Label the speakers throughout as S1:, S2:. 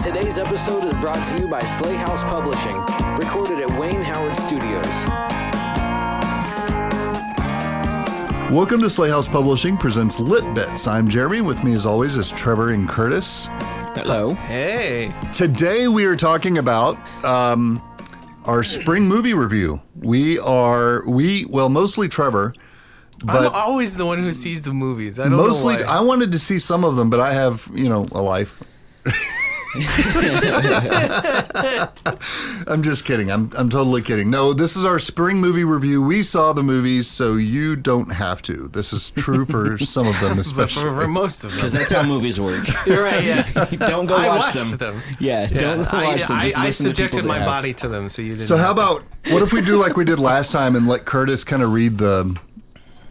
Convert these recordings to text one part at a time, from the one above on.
S1: Today's episode is brought to you by Sleigh House Publishing, recorded at Wayne Howard Studios.
S2: Welcome to Sleigh House Publishing presents Lit Bits. I'm Jeremy. With me, as always, is Trevor and Curtis.
S1: Hello.
S3: Hey.
S2: Today, we are talking about um, our spring movie review. We are we well, mostly Trevor,
S3: I'm
S2: but
S3: always the one who sees the movies. I don't
S2: mostly
S3: know
S2: I
S3: why.
S2: wanted to see some of them, but I have you know a life. I'm just kidding. I'm I'm totally kidding. No, this is our spring movie review. We saw the movies, so you don't have to. This is true for some of them,
S3: but
S2: especially.
S3: for, for most of them.
S4: Because that's how movies work.
S3: You're right, yeah.
S4: don't go
S3: I
S4: watch
S3: watched
S4: them.
S3: them.
S4: Yeah, don't go
S3: I,
S4: watch them. Just
S3: I, I
S4: listen to people
S3: subjected
S4: they
S3: my
S4: have.
S3: body to them, so you didn't.
S2: So how about what if we do like we did last time and let Curtis kind of read the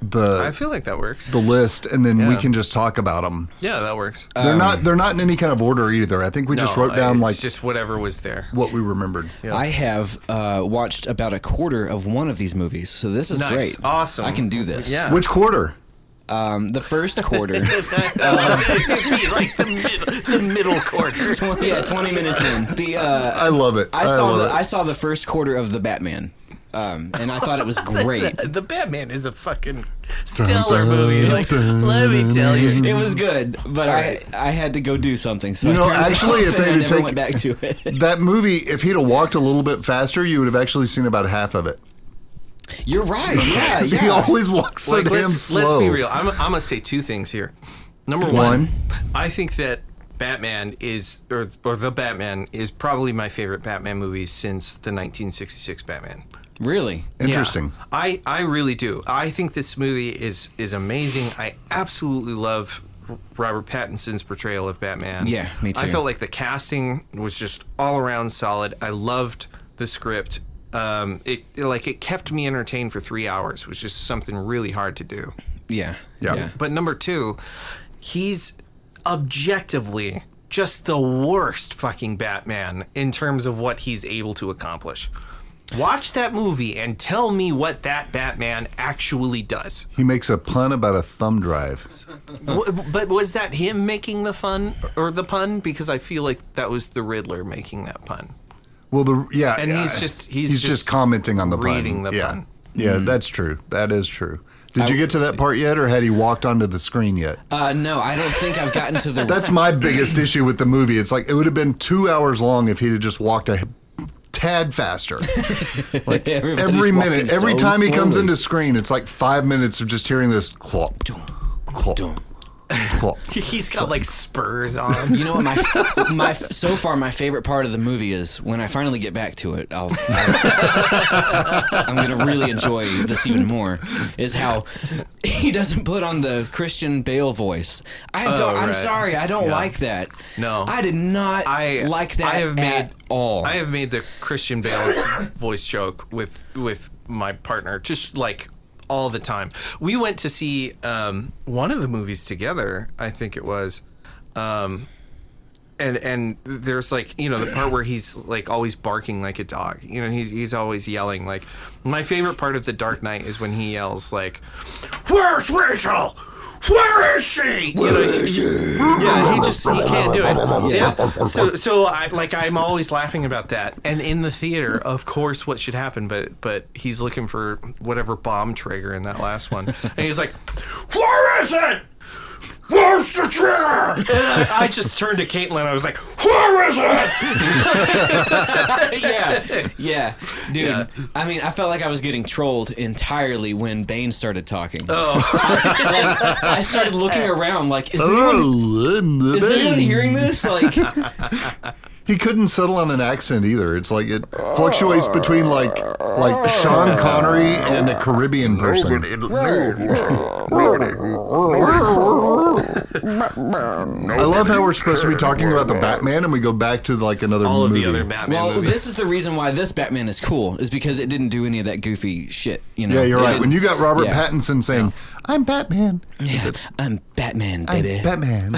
S3: I
S2: the
S3: feel like that works.
S2: the list and then we
S3: Yeah.
S2: can just talk about them.
S3: Yeah, that works.
S2: They're not they're not in any kind of order either. I think we just
S3: No,
S2: wrote down
S3: it's
S2: like
S3: just whatever was there.
S2: what we remembered.
S4: I have uh, watched about a quarter of one of these movies, so this is
S3: Nice.
S4: great.
S3: Awesome.
S4: I can do this.
S3: Yeah.
S2: Which quarter?
S4: Um, the first quarter. Um,
S3: Be like the middle, the middle quarter.
S4: twenty, yeah, twenty minutes in. The uh,
S2: I love it.
S4: I saw
S2: love
S4: the
S2: it.
S4: I saw the first quarter of the Batman, um, and I thought it was great.
S3: The Batman is a fucking stellar movie. Like, let me tell you,
S4: It was good, but I I had to go do something, so
S2: You
S4: I
S2: know,
S4: turned it
S2: actually,
S4: off
S2: if they'd
S4: and I
S2: have
S4: never
S2: taken-
S4: went back to it.
S2: that movie. If he'd have walked a little bit faster, you would have actually seen about half of it.
S4: You're right. Yeah, yeah.
S2: He always walks so
S3: like
S2: damn
S3: let's
S2: slow.
S3: let's be real. I'm I'm gonna say two things here. Number
S2: One.
S3: one, I think that Batman is or or the Batman is probably my favorite Batman movie since the 1966 Batman.
S4: Really.
S3: Yeah.
S2: Interesting.
S3: I I really do. I think this movie is is amazing. I absolutely love Robert Pattinson's portrayal of Batman.
S4: Yeah, me
S3: I
S4: too.
S3: felt like the casting was just all around solid. I loved the script. Um, it like it kept me entertained for three hours, which is something really hard to do.
S4: Yeah.
S2: Yeah.
S3: But number two, he's objectively just the worst fucking Batman in terms of what he's able to accomplish. Watch that movie and tell me what that Batman actually does.
S2: He makes a pun about a thumb drive.
S3: W- but was that him making the fun or the pun? Because I feel like that was the Riddler making that pun.
S2: Well, the yeah,
S3: And
S2: yeah,
S3: he's just- he's
S2: just,
S3: just
S2: commenting on the
S3: reading
S2: pun.
S3: the
S2: yeah.
S3: pun.
S2: Yeah, that's true. That is true. Did you
S4: I-
S2: get to that part yet, or had he walked onto the screen yet?
S4: Uh, no, I don't think I've gotten to the
S2: That's my biggest issue with the movie. It's like it would have been two hours long if he'd have just walked a tad faster.
S4: like
S2: Every minute, every time he comes into screen, it's like five minutes of just hearing this clop, clop, clop.
S3: He's got like spurs on.
S4: You know what my f- my f- so far my favorite part of the movie is when I finally get back to it. I'll, i am gonna really enjoy this even more. Is how he doesn't put on the Christian Bale voice. I don't. I'm
S3: right.
S4: sorry. I don't like that.
S3: No.
S4: I did not
S3: I
S4: like that
S3: I have
S4: at
S3: made
S4: all.
S3: I have made the Christian Bale voice joke with with my partner just like all the time. We went to see um, one of the movies together. I think it was. Um, and and there's like you know the part where he's like always barking like a dog. You know he's he's always yelling like. My favorite part of the Dark Knight is when he yells like, "Where's Rachel? Where is she?" You know, yeah, he just he can't do it. Yeah. So so I like I'm always laughing about that. And in the theater, of course, what should happen? But but he's looking for whatever bomb trigger in that last one, and he's like, "Where is it? Where's the trigger?" And I, I just turned to Caitlin. I was like, "Where is it?"
S4: yeah, yeah, dude.
S3: Yeah.
S4: I mean, I felt like I was getting trolled entirely when Bane started talking. Oh, I started looking around like, is anyone, is anyone hearing this? Like,
S2: He couldn't settle on an accent either. It's like it fluctuates between like like Sean Connery and a Caribbean person. I love how we're supposed to be talking about the Batman and we go back to like another
S3: All of
S2: movie.
S3: the other Batman
S4: well,
S3: movies.
S4: this is the reason why this Batman is cool is because it didn't do any of that goofy shit. You know?
S2: yeah, you're
S4: It
S2: right. When you
S4: didn't-
S2: got Robert
S4: Yeah.
S2: Pattinson saying, "I'm Batman,"
S4: Yeah, I'm Batman,
S2: I'm
S4: baby.
S2: Batman.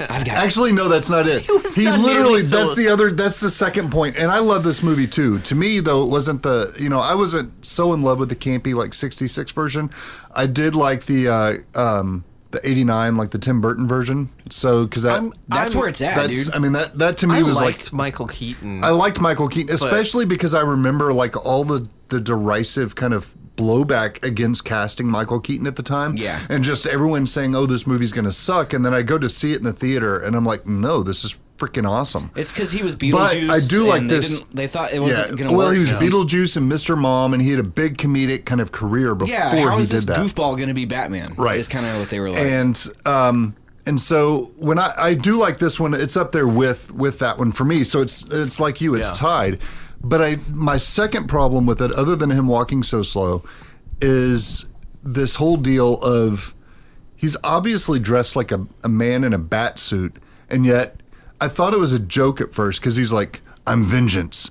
S4: I've got.
S2: Actually, no, that's not it.
S3: was
S2: he
S3: not
S2: literally
S3: nearly so-
S2: that's the other that's the second point. And I love this movie too. To me though, it wasn't the you know, I wasn't so in love with the campy like 66 version. I did like the uh um the '89, like the Tim Burton version. So because that,
S3: I'm-
S4: That's
S3: I'm-
S4: where it's at,
S2: that's,
S4: dude.
S2: I mean that that to me
S3: I
S2: was like
S3: liked Michael Keaton.
S2: I liked Michael Keaton, especially because I remember like all the the derisive kind of blowback against casting Michael Keaton at the time.
S4: Yeah.
S2: and just everyone saying, "Oh, this movie's gonna suck," and then I go to see it in the theater, and I'm like, "No, this is freaking awesome."
S4: It's because he was
S2: But
S4: Beetlejuice.
S2: I do like
S4: and they
S2: this-
S4: Didn't, they thought it
S2: Yeah,
S4: wasn't gonna
S2: well,
S4: work.
S2: he was
S4: 'cause he's-
S2: Beetlejuice and Mr. Mom, and he had a big comedic kind of career before
S4: Yeah, how
S2: he
S4: is
S2: did
S4: this
S2: that.
S4: goofball gonna be Batman?
S2: Right.
S4: is kind of what they were like.
S2: and um and so when I, I do like this one it's up there with with that one for me so it's it's like you it's
S3: Yeah.
S2: tied but i my second problem with it other than him walking so slow is this whole deal of he's obviously dressed like a, a man in a bat suit and yet i thought it was a joke at first because he's like i'm vengeance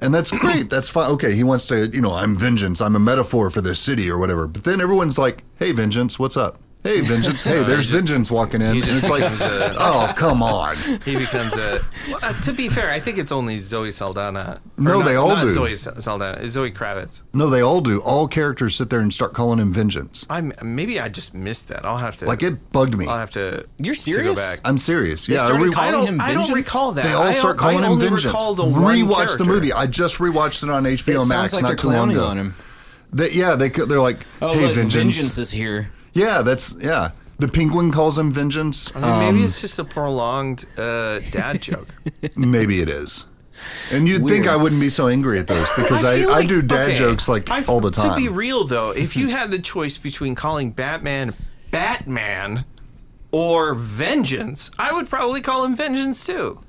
S2: and that's great that's fine okay he wants to you know i'm vengeance i'm a metaphor for this city or whatever but then everyone's like hey vengeance what's up hey vengeance hey there's vengeance walking in and
S3: just
S2: it's like
S3: becomes a-
S2: oh come on
S3: he becomes a. Well, uh, to be fair, I think it's only Zoe Saldana. Or
S2: No,
S3: not-
S2: they all
S3: not
S2: do.
S3: Zoe Sa- Saldana, Zoe Kravitz.
S2: no they all do all characters sit there and start calling him vengeance
S3: I'm maybe I just missed that. I'll have to
S2: like it bugged me
S3: I'll have to.
S4: You're
S3: To go
S4: serious?
S3: back.
S2: i'm serious yeah I
S4: started
S2: re-
S4: calling
S3: I don't.
S4: him
S3: I don't
S4: Vengeance?
S3: recall that.
S2: They all
S3: I
S2: start
S3: don't- I
S2: calling him
S3: only
S2: Vengeance.
S3: recall the one
S2: Rewatch
S3: character.
S2: the movie. I just rewatched it on
S4: it
S2: HBO Max
S4: sounds like
S2: not
S4: they're
S2: too long
S4: clowning
S2: ago.
S4: on him.
S2: They, yeah, they could- they're like,
S4: Oh,
S2: hey,
S4: look,
S2: vengeance.
S4: vengeance. is here.
S2: Yeah, that's yeah. The penguin calls him vengeance.
S3: I mean,
S2: Um,
S3: maybe it's just a prolonged uh, dad joke.
S2: maybe it is. And you'd think
S4: Weird.
S2: I wouldn't be so angry at those because I, I,
S3: feel like-
S2: do dad
S3: okay,
S2: jokes like
S3: I-
S2: all the time.
S3: To be real though, if you had the choice between calling Batman Batman or Vengeance, I would probably call him Vengeance too,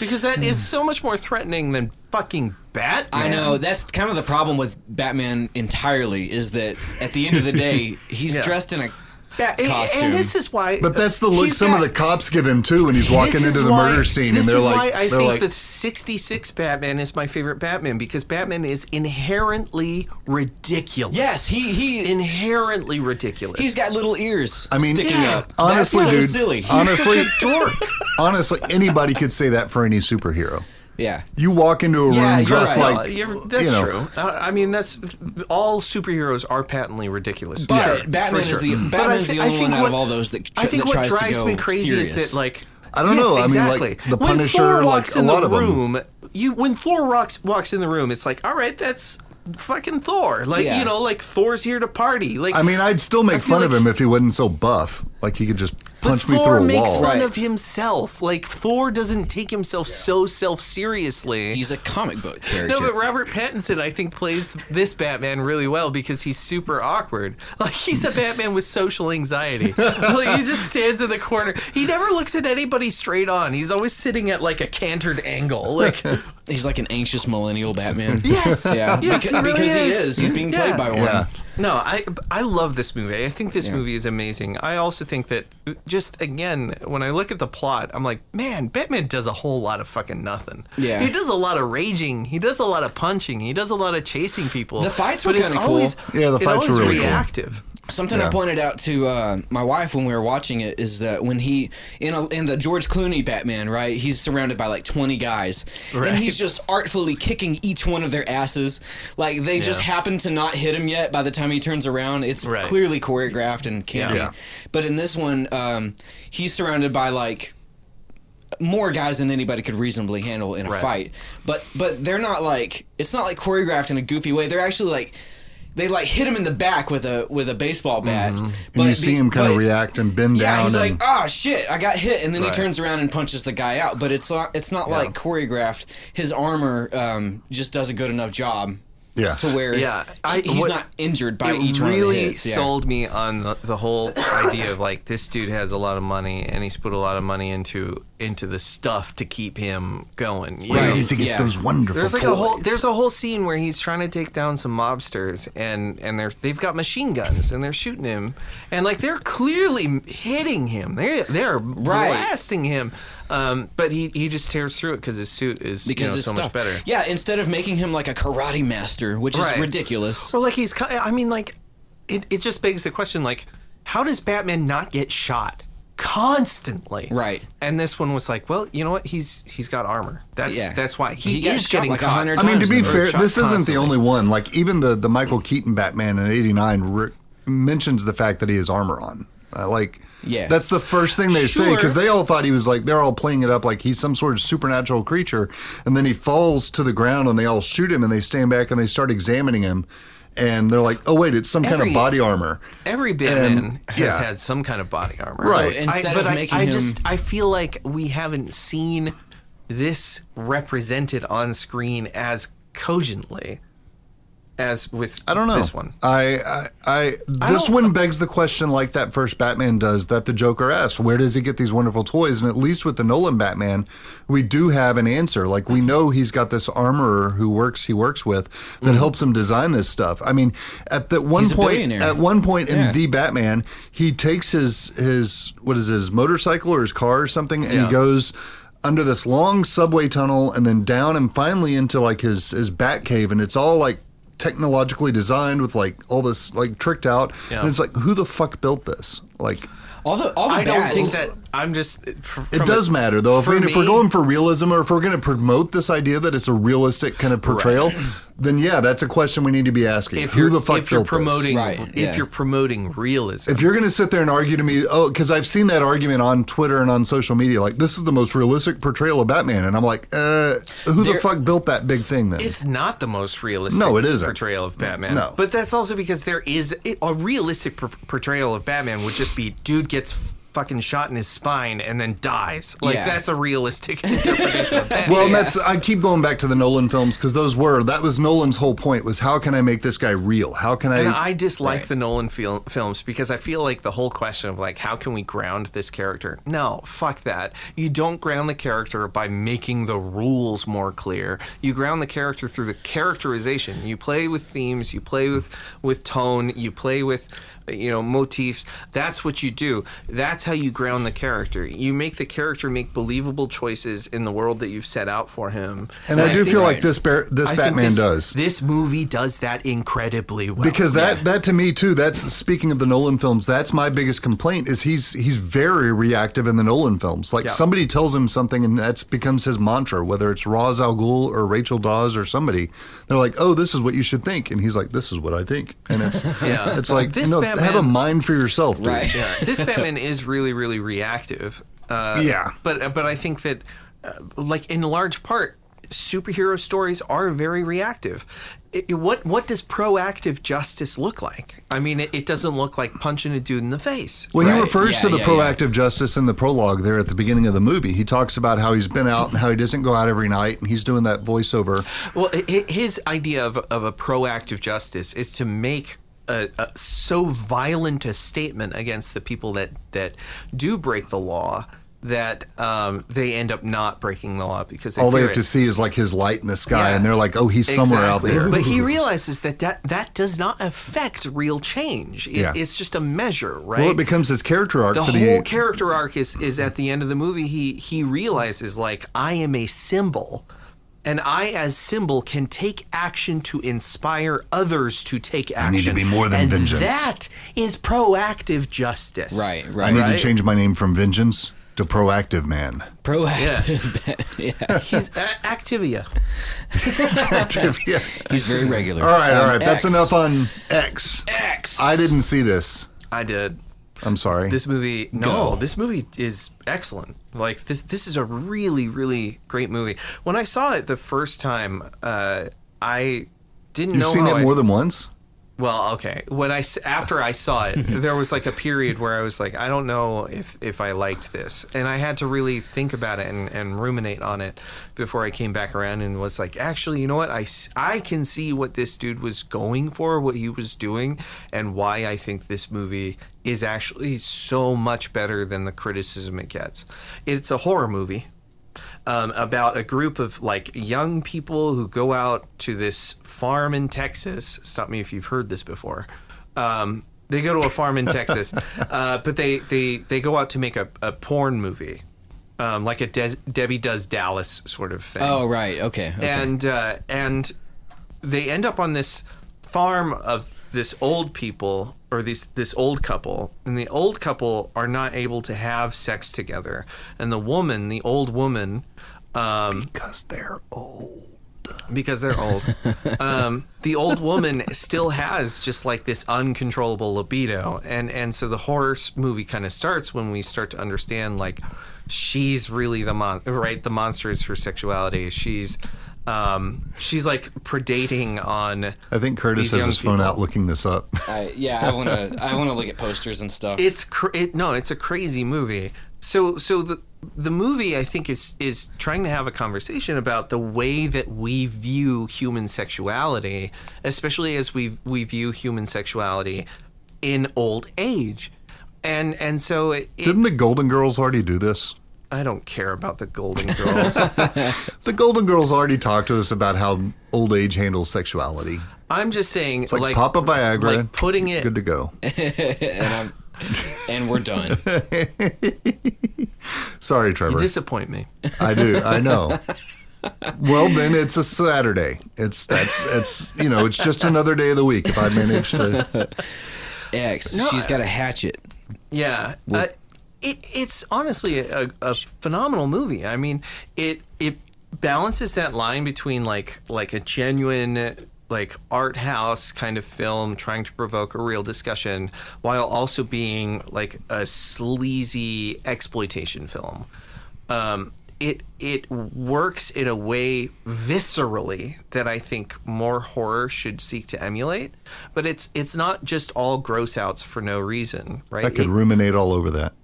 S3: because that
S2: Hmm.
S3: is so much more threatening than fucking Batman.
S4: I know that's kind of the problem with Batman entirely is that at the end of the day he's
S3: Yeah.
S4: dressed in a
S3: Ba- and-
S4: costume.
S3: and this is why.
S2: but that's the look
S3: he's
S2: some of
S3: got-
S2: the cops give him too when he's walking
S3: This
S2: into
S3: is
S2: the
S3: why-
S2: murder scene, and
S3: this
S2: they're
S3: is
S2: like,
S3: why I
S2: they're
S3: think
S2: like,
S3: the '66 Batman is my favorite Batman because Batman is inherently ridiculous.
S4: yes, he he
S3: inherently ridiculous.
S4: he's got little ears.
S2: I mean,
S4: sticking
S3: Yeah.
S4: up.
S2: honestly,
S4: that's so
S2: dude,
S4: silly. He's-
S2: honestly,
S3: such a dork.
S2: honestly, anybody could say that for any superhero.
S4: yeah.
S2: You walk into a
S4: Yeah,
S2: room
S4: you're
S2: dressed
S4: right.
S2: like,
S3: Yeah, you're- that's
S2: you know,
S3: true. I I mean, that's all superheroes are patently ridiculous.
S4: But
S3: Sure,
S4: Batman
S3: for
S4: is the
S3: sure. But I
S4: Batman is
S3: thi-
S4: the
S3: I
S4: only
S3: think
S4: one out
S3: what-
S4: of all those that, tr-
S3: I think
S4: that
S3: what
S4: tries
S3: drives
S4: to go
S3: me crazy
S4: serious.
S3: is that like
S2: I don't
S3: yes,
S2: know. I mean, like,
S3: exactly.
S2: The
S3: when
S2: Punisher,
S3: Thor
S2: like,
S3: walks
S2: a
S3: in
S2: lot
S3: the
S2: of 'em.
S3: room, you when Thor walks walks in the room, it's like all right, that's fucking Thor. Like
S4: Yeah.
S3: you know, like Thor's here to party. Like
S2: I mean, I'd still make
S3: feel
S2: fun of
S3: like-
S2: him if he wasn't so buff. Like he could just punch
S3: but
S2: me
S3: Thor
S2: through a
S3: makes
S2: wall.
S3: fun
S4: Right.
S3: of himself. Like Thor doesn't take himself so self seriously.
S4: he's a comic book character.
S3: No, but Robert Pattinson, I think, plays this Batman really well because he's super awkward. Like he's a Batman with social anxiety. like, he just stands in the corner. He never looks at anybody straight on. He's always sitting at like a cantered angle. Like
S4: He's like an anxious millennial Batman.
S3: yes,
S4: Yeah.
S3: yes,
S4: Beca-
S3: really
S4: because he is. He's being
S3: Yeah.
S4: played by one.
S2: Yeah.
S3: No, I I love this movie. I think this movie is amazing. I also think that just again, when I look at the plot, I'm like, man, Batman does a whole lot of fucking nothing.
S4: Yeah.
S3: he does a lot of raging. He does a lot of punching. He does a lot of chasing people.
S4: The fights
S3: but
S4: were
S3: it's
S4: kinda cool.
S3: always-
S2: Yeah, the
S3: it
S2: fights were
S3: always
S2: really cool.
S3: reactive.
S4: Something
S2: Yeah.
S4: I pointed out to uh, my wife when we were watching it is that when he in a, in the George Clooney Batman, right? He's surrounded by like 20 guys,
S3: Right.
S4: and he's just artfully kicking each one of their asses. Like they just
S3: Yeah.
S4: happen to not hit him yet. By the time he turns around, it's
S3: Right.
S4: clearly choreographed and candy.
S2: Yeah.
S4: But in this one, um, he's surrounded by like more guys than anybody could reasonably handle in a
S3: Right.
S4: fight. But but they're not like it's not like choreographed in a goofy way. They're actually like they like hit him in the back with a with a baseball bat. But
S2: Mm-hmm. And you see
S4: be-
S2: him kind
S4: but-
S2: of react and bend
S4: Yeah,
S2: down.
S4: he's
S2: and,
S4: like, "Ah, shit, I got hit," and then
S3: Right.
S4: he turns around and punches the guy out. But it's not it's not like choreographed. His armor um, just does a good enough job.
S2: Yeah.
S4: To where
S3: Yeah, I-
S4: he's
S3: what-
S4: not injured by
S3: it
S4: each
S3: really
S4: one of the hits. Yeah.
S3: sold me on the, the whole idea of like this dude has a lot of money and he's put a lot of money into into the stuff to keep him going. you
S4: Right.
S2: Where
S3: know?
S2: does he get
S4: Yeah.
S2: those wonderful
S3: There's like
S2: toys?
S3: a whole there's a whole scene where he's trying to take down some mobsters and and they're they've got machine guns and they're shooting him and like they're clearly hitting him they they're blasting him um, but he, he just tears through it because his suit is
S4: because
S3: you know,
S4: it's
S3: so
S4: stuff.
S3: much better
S4: Yeah, instead of making him like a karate master, which
S3: Right.
S4: is ridiculous.
S3: or like he's ki- I mean like it it just begs the question like how does Batman not get shot constantly
S4: Right.
S3: and this one was like well you know what he's he's got armor that's
S4: Yeah.
S3: that's why he,
S4: He got
S3: is
S4: shot
S3: getting
S4: like a
S3: caught.
S4: hundred
S2: I mean, to
S4: times
S2: be
S4: in the
S2: fair,
S3: shot
S2: this isn't the
S3: constantly.
S2: only one. Like even the the Michael Keaton Batman in '89 re- mentions the fact that he has armor on. Uh, like,
S4: Yeah.
S2: that's the first thing they say
S3: Sure.
S2: because they all thought he was like they're all playing it up like he's some sort of supernatural creature, and then he falls to the ground and they all shoot him and they stand back and they start examining him, and they're like, oh wait, it's some kind
S3: Every-
S2: of body armor.
S3: Every Batman
S2: And-
S3: has
S2: yeah.
S3: had some kind of body armor.
S2: Right.
S4: So instead
S3: I, but
S4: of
S3: I-
S4: making
S3: I
S4: him-
S3: just I feel like we haven't seen this represented on screen as cogently as with
S2: I don't know.
S3: this one.
S2: I, I, I this
S3: don't-
S2: one begs the question, like that first Batman does, that the Joker asks, where does he get these wonderful toys? And at least with the Nolan Batman, we do have an answer. Like we know he's got this armorer who works he works with that
S3: Mm-hmm.
S2: helps him design this stuff. I mean, at the one
S4: He's a
S2: point,
S4: billionaire.
S2: at one point in
S4: Yeah.
S2: the Batman, he takes his his what is it, his motorcycle or his car or something, and
S3: Yeah.
S2: he goes. Under this long subway tunnel, and then down, and finally into like his his bat cave, and it's all like technologically designed with like all this like tricked out
S3: Yeah.
S2: and it's like who the fuck built this like
S4: All the all the
S3: I don't
S4: bats-
S3: think that I'm just.
S2: it does matter though if,
S3: for
S2: we, if we're
S3: me-
S2: going for realism or if we're going to promote this idea that it's a realistic kind of portrayal then yeah that's a question we need to be asking
S3: If
S2: who
S3: you're
S2: the fuck
S3: if you're
S2: built this?
S3: promoting
S4: Right,
S3: if
S4: yeah.
S3: you're promoting realism,
S2: if you're going to sit there and argue to me, oh, because I've seen that argument on Twitter and on social media, like this is the most realistic portrayal of Batman, and I'm like, uh, who the
S4: There-
S2: fuck built that big thing then?
S3: It's not the most realistic
S2: No, it isn't.
S3: portrayal of Batman.
S2: No.
S3: But that's also because there is a realistic pr- portrayal of Batman would just be dude gets fucking shot in his spine and then dies. Like
S4: Yeah.
S3: that's a realistic interpretation of Batman.
S2: Well, and that's I keep going back to the Nolan films because those were that was Nolan's whole point was how can I make this guy real? How can
S3: and
S2: I?
S3: I dislike
S4: Right.
S3: the Nolan fil- films because I feel like the whole question of like how can we ground this character? No, fuck that. You don't ground the character by making the rules more clear. You ground the character through the characterization. You play with themes, you play with with tone, you play with you know motifs. That's what you do. That's how you ground the character. You make the character make believable choices in the world that you've set out for him.
S2: and I, do
S3: think-
S2: feel like this bear, this
S3: I think
S2: Batman
S3: this-
S2: does
S3: This movie does that incredibly well.
S2: because that that to me too. That's speaking of the Nolan films. That's my biggest complaint is he's he's very reactive in the Nolan films. Like
S3: Yeah.
S2: somebody tells him something and that becomes his mantra. Whether it's Roz Al Ghul or Rachel Dawes or somebody, they're like, "Oh, this is what you should think," and he's like, "This is what I think." And it's
S3: Yeah.
S2: it's like
S3: This
S2: no,
S3: Batman-
S2: have a mind for yourself, dude.
S4: Right.
S3: yeah, this Batman is really, really reactive. Uh,
S2: Yeah.
S3: but but I think that, uh, like in large part, superhero stories are very reactive. It- it- what what does proactive justice look like? I mean, it, it doesn't look like punching a dude in the face.
S2: Well, he
S4: Right.
S2: refers
S4: Yeah,
S2: to the
S4: yeah, yeah.
S2: proactive justice in the prologue there at the beginning of the movie. He talks about how he's been out and how he doesn't go out every night, and he's doing that voiceover.
S3: Well, hi- hi- his idea of, of a proactive justice is to make a, a so violent a statement against the people that, that do break the law that um, they end up not breaking the law because they
S2: All they
S3: fear
S2: have
S3: it.
S2: to see is like his light in the sky,
S3: Yeah.
S2: and they're like, "Oh, he's somewhere out
S3: Exactly.
S2: there."
S3: But he realizes that that, that does not affect real change. It,
S2: Yeah.
S3: It's just a measure, right?
S2: well, it becomes his character arc
S3: the
S2: for
S3: whole
S2: the
S3: character arc is is at the end of the movie. He he realizes like I am a symbol, and I as symbol can take action to inspire others to take action.
S2: need to be more than
S3: and
S2: vengeance.
S3: That is proactive justice.
S4: Right,
S2: I
S4: right.
S2: need
S3: right?
S2: to change my name from Vengeance to Proactive Man.
S4: Proactive. Yeah.
S3: He's a- Activia.
S2: yeah.
S4: He's very regular.
S2: All right, all right. That's
S4: X.
S2: enough on X.
S4: X.
S2: I didn't see this.
S3: I did.
S2: I'm sorry.
S3: This movie, no,
S4: Go.
S3: this movie is excellent. Like this, this is a really, really great movie. When I saw it the first time, uh, I didn't
S2: You've
S3: know
S2: seen
S3: how
S2: it
S3: I-
S2: more than once.
S3: well, okay. When I s- after I saw it, there was like a period where I was like, I don't know if if I liked this, and I had to really think about it and, and ruminate on it before I came back around and was like, actually, you know what? I s- I can see what this dude was going for, what he was doing, and why I think this movie is actually so much better than the criticism it gets. It's a horror movie um, about a group of like young people who go out to this farm in Texas. Stop me if you've heard this before. Um, they go to a farm in Texas, uh, but they, they, they go out to make a, a porn movie, um, like a De- Debbie Does Dallas sort of thing
S4: Oh right. Okay. okay.
S3: and uh, and they end up on this farm of this old people or these this old couple and the old couple are not able to have sex together and the woman the old woman um,
S2: Because they're old.
S3: because they're old. um, the old woman still has just like this uncontrollable libido, and and so the horror s- movie kind of starts when we start to understand like she's really the mon right the monster is her sexuality. She's um, she's like predating on.
S2: I think Curtis
S3: These
S2: has
S3: young
S2: his phone
S3: people.
S2: out looking this up.
S4: I, yeah, I wanna I wanna look at posters and stuff.
S3: It's cr- it, no, it's a crazy movie. So so the the movie I think is is trying to have a conversation about the way that we view human sexuality, especially as we we view human sexuality in old age. And and so it, it-
S2: Didn't the Golden Girls already do this?
S3: I don't care about the Golden Girls.
S2: The Golden Girls already talked to us about how old age handles sexuality.
S3: I'm just saying
S2: Like, Papa Viagra,
S3: like putting it
S2: good to go.
S4: and we're done.
S2: Sorry, Trevor.
S3: disappoint me.
S2: I do. I know. Well, then it's a Saturday. It's that's it's you know it's just another day of the week if I manage to.
S4: X. she's got a hatchet.
S3: Yeah. Uh, it, it's honestly a, a phenomenal movie. I mean, it it balances that line between like like a genuine like art house kind of film trying to provoke a real discussion while also being like a sleazy exploitation film. Um, it it works in a way viscerally that I think more horror should seek to emulate, but it's it's not just all gross outs for no reason, right?
S2: I could
S3: It-
S2: ruminate all over that.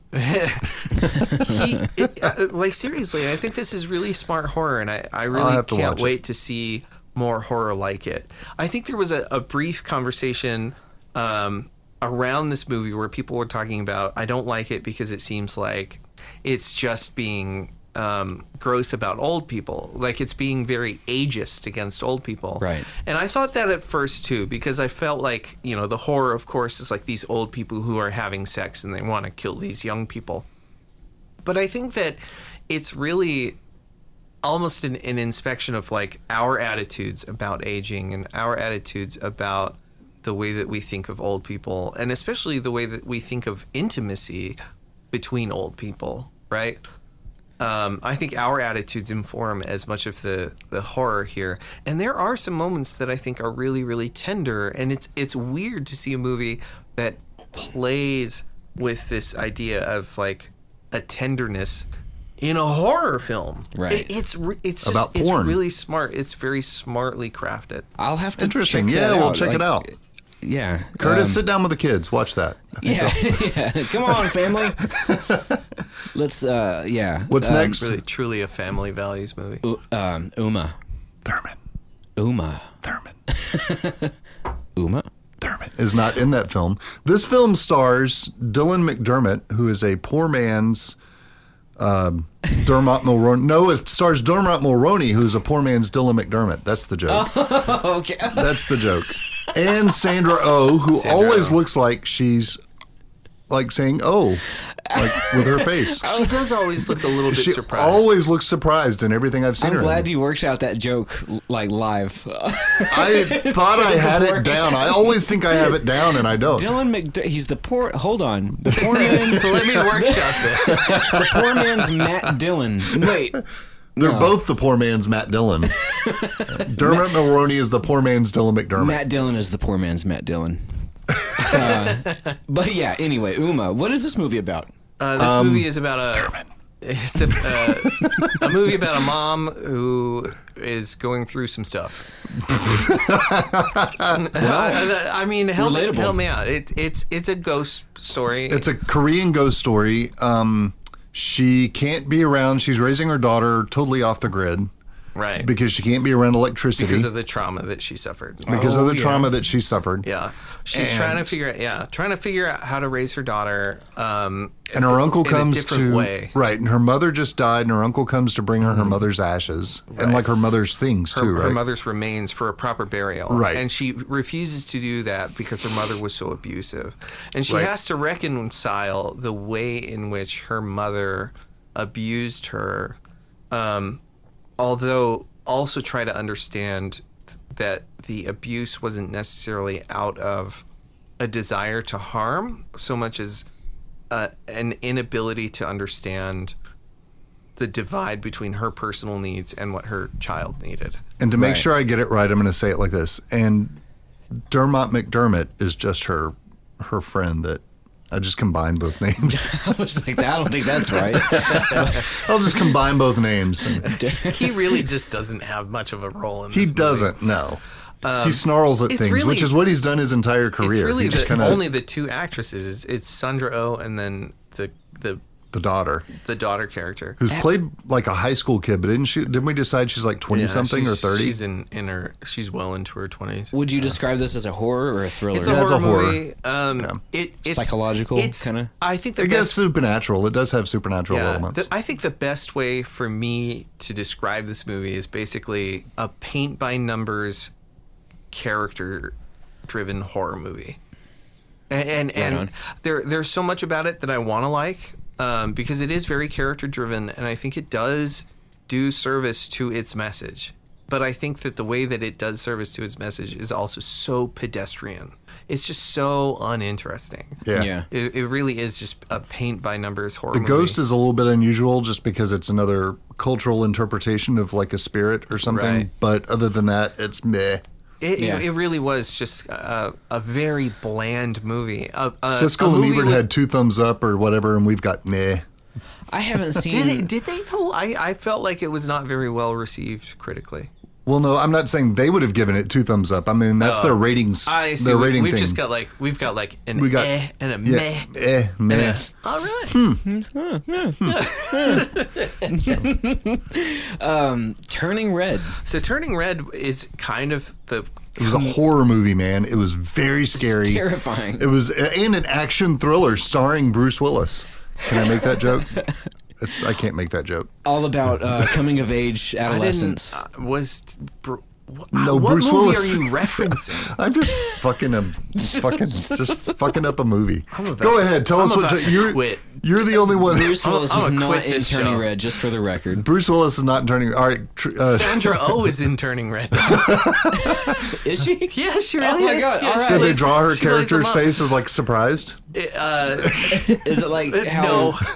S3: he, it, uh, like seriously, I think this is really smart horror, and I, I really
S2: have to
S3: can't
S2: watch it.
S3: wait to see more horror like it. I think there was a, a brief conversation um, around this movie where people were talking about I don't like it because it seems like it's just being um, gross about old people, like it's being very ageist against old people.
S4: Right.
S3: And I thought that at first too, because I felt like, you know, the horror, of course, is like these old people who are having sex and they want to kill these young people. But I think that it's really almost an, an inspection of like our attitudes about aging and our attitudes about the way that we think of old people and especially the way that we think of intimacy between old people, right? um, I think our attitudes inform as much of the, the horror here. And there are some moments that I think are really, really tender. And it's it's weird to see a movie that plays with this idea of like a tenderness in a horror film. It,
S4: Right.
S3: it's re- it's just,
S2: About
S3: it's
S2: porn.
S3: really smart. It's very smartly crafted.
S4: I'll have to
S2: Interesting.
S4: check
S2: Yeah,
S4: that
S2: we'll
S4: out.
S2: check it
S4: like,
S2: out.
S4: Yeah.
S2: Curtis,
S4: um,
S2: sit down with the kids. Watch that.
S4: yeah, yeah. Come on, family. Let's uh yeah.
S2: What's
S4: um,
S2: next?
S3: Really, truly a family values movie.
S4: U- um Uma.
S2: Thurman.
S4: Uma.
S2: Thurman.
S4: Uma?
S2: Thurman is not in that film. This film stars Dylan McDermott, who is a poor man's um, Dermot Mulroney. No, it stars Dermot Mulroney, who's a poor man's Dylan McDermott. That's the joke.
S4: Okay.
S2: That's the joke. And Sandra Oh, who
S3: Sandra
S2: always
S3: Oh.
S2: looks like she's like saying "oh," like with her face.
S3: She does always look a little bit
S2: She
S3: surprised.
S2: always looks surprised in everything I've seen
S4: I'm
S2: her.
S4: glad
S2: in.
S4: you worked out that joke like live.
S2: I thought I
S4: said it
S2: had
S4: before.
S2: it down. I always think I have it down, and I don't.
S4: Dylan McD- he's the poor hold on. The poor man's
S3: so let me workshop this.
S4: the poor man's Matt Dillon. Wait.
S2: They're both the poor man's Matt Dillon. Dermot Mulroney is the poor man's Dylan McDermott.
S4: Matt Dillon is the poor man's Matt Dillon. Uh, but yeah, anyway, Uma, what is this movie about?
S3: Uh, this
S2: Um,
S3: movie is about a. It's a, uh, a movie about a mom who is going through some stuff. I, I mean, help,
S4: Relatable.
S3: help me out. It, it's it's a ghost story.
S2: It's a Korean ghost story. Um, she can't be around. She's raising her daughter totally off the grid
S3: right because,
S2: because she can't be around electricity because
S3: of
S2: of
S3: the trauma that she suffered.
S2: the,
S4: Oh, yeah.
S2: trauma that she suffered.
S3: yeah, she's trying to
S2: And-
S3: figure out. Yeah, trying to figure out how to raise her daughter. Um,
S2: And her uncle
S3: in a
S2: comes
S3: different
S2: to
S3: way. Mm-hmm.
S2: right, and her mother just died, and her uncle comes to bring her her mother's ashes and like her mother's things
S3: her,
S2: too,
S3: her
S2: right?
S3: mother's remains for a proper burial.
S2: Right.
S3: And she refuses to do that because her mother was so abusive. And she
S2: Right.
S3: has to reconcile the way in which her mother abused her, um, although also try to understand th- that the abuse wasn't necessarily out of a desire to harm so much as uh, an inability to understand the divide between her personal needs and what her child needed.
S2: And to make
S4: Right.
S2: sure I get it right, I'm going to say it like this. And Dermot McDermott is just her her friend that I just combined both names.
S4: I was like, I don't think that's right.
S2: I'll just combine both names.
S3: He really just doesn't have much of a role in
S2: He
S3: this. movie.
S2: doesn't. No. he snarls at
S3: Um, it's
S2: things,
S3: really-
S2: which is what he's done his entire career.
S3: It's really
S2: he
S3: the,
S2: just kinda,
S3: only the two actresses. It's, it's Sandra O oh and then the the
S2: the daughter
S3: the daughter character.
S2: who's played like a high school kid, but didn't she? Didn't we decide she's like twenty
S3: Yeah,
S2: something or
S3: she's-
S2: thirty?
S3: She's in, in her she's well into her twenties.
S4: Would you describe this as a horror or a thriller?
S3: It's a
S2: Yeah,
S3: horror
S2: it's a horror.
S3: movie. Um, it, it's,
S4: Psychological,
S3: it's-
S4: kinda?
S3: I think the
S2: I guess
S3: best
S2: supernatural. It does have supernatural elements.
S3: The, I think the best way for me to describe this movie is basically a paint by numbers character driven horror movie. And and, and
S4: on.
S3: there there's so much about it that I want to like um, because it is very character driven and I think it does do service to its message. But I think that the way that it does service to its message is also so pedestrian. It's just so uninteresting.
S2: yeah.
S4: Yeah.
S3: It, it really is just a paint by numbers horror.
S2: The ghost is a little bit unusual just because it's another cultural interpretation of like a spirit or something.
S3: Right.
S2: But other than that, it's meh.
S3: It,
S4: Yeah.
S3: it, it really was just a, a very bland movie. A, a, a
S2: Siskel and
S3: movie
S2: Ebert
S3: with-
S2: had two thumbs up or whatever, and we've got meh.
S4: I haven't
S3: Did,
S4: seen.
S3: it, did they though? I, I felt like it was not very well received critically.
S2: Well, no, I'm not saying they would have given it two thumbs up. I mean, that's their ratings.
S3: Oh, I see.
S2: Their
S3: we,
S2: rating
S3: we've
S2: thing.
S3: just got like we've got like an
S2: we got
S3: eh and a
S2: yeah, Hmm.
S3: meh.
S2: eh, meh.
S3: Oh really?
S4: Turning Red.
S3: So turning red is kind of the
S2: It was a horror movie, man. It was very scary.
S4: terrifying.
S2: It was and an action thriller starring Bruce Willis. Can I make that joke? It's, I can't make that joke.
S4: All about uh, coming of age
S3: I didn't-
S4: adolescence.
S3: uh, was br- wh-
S2: No,
S3: what
S2: Bruce
S3: movie
S2: Willis.
S3: are you referencing?
S2: I'm just fucking a fucking just fucking up a movie.
S3: about
S2: Go
S3: to-
S2: ahead, tell
S3: I'm
S2: us what
S3: about
S2: jo-
S3: to
S2: you're.
S3: quit.
S2: You're the only one.
S4: Bruce Willis
S3: I'm
S4: was
S3: gonna
S4: not
S3: quit
S4: in
S3: this
S4: Turning
S3: show.
S4: Red, just for the record.
S2: Bruce Willis is not turning. All right, tr- uh,
S3: Sandra O oh is in turning red.
S4: Is she?
S3: yeah, she
S2: Oh
S3: really
S4: my
S3: is.
S4: God,
S3: Yeah,
S4: all
S3: she
S4: right.
S2: did they
S3: plays-
S2: draw her
S3: she plays
S2: character's
S3: Lamont.
S2: face as like surprised?
S3: It, uh,
S4: Is it like how?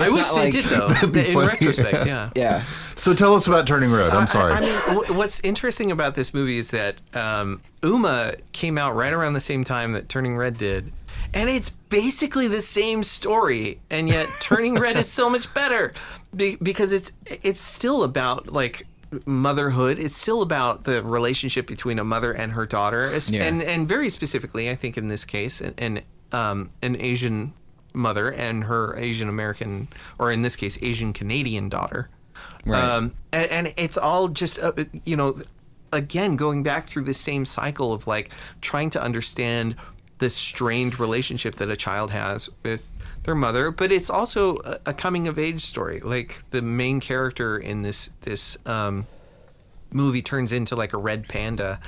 S3: No. I wish
S4: not
S3: they
S4: like-
S3: did though.
S2: be
S3: In
S2: funny.
S3: retrospect, yeah.
S4: Yeah.
S2: So tell us about Turning Red. I'm sorry.
S3: I mean, wh- what's interesting about this movie is that um, Uma came out right around the same time that Turning Red did, and it's basically the same story, and yet Turning Red is so much better be- because it's it's still about like motherhood. It's still about the relationship between a mother and her daughter, es-
S4: Yeah.
S3: and and very specifically, I think in this case, an an, um, an Asian mother and her Asian American, or in this case, Asian Canadian daughter.
S4: Right.
S3: Um, and, and it's all just uh, you know, again going back through the same cycle of like trying to understand this strained relationship that a child has with their mother, but it's also a, a coming of age story. Like the main character in this this um, movie turns into like a red panda,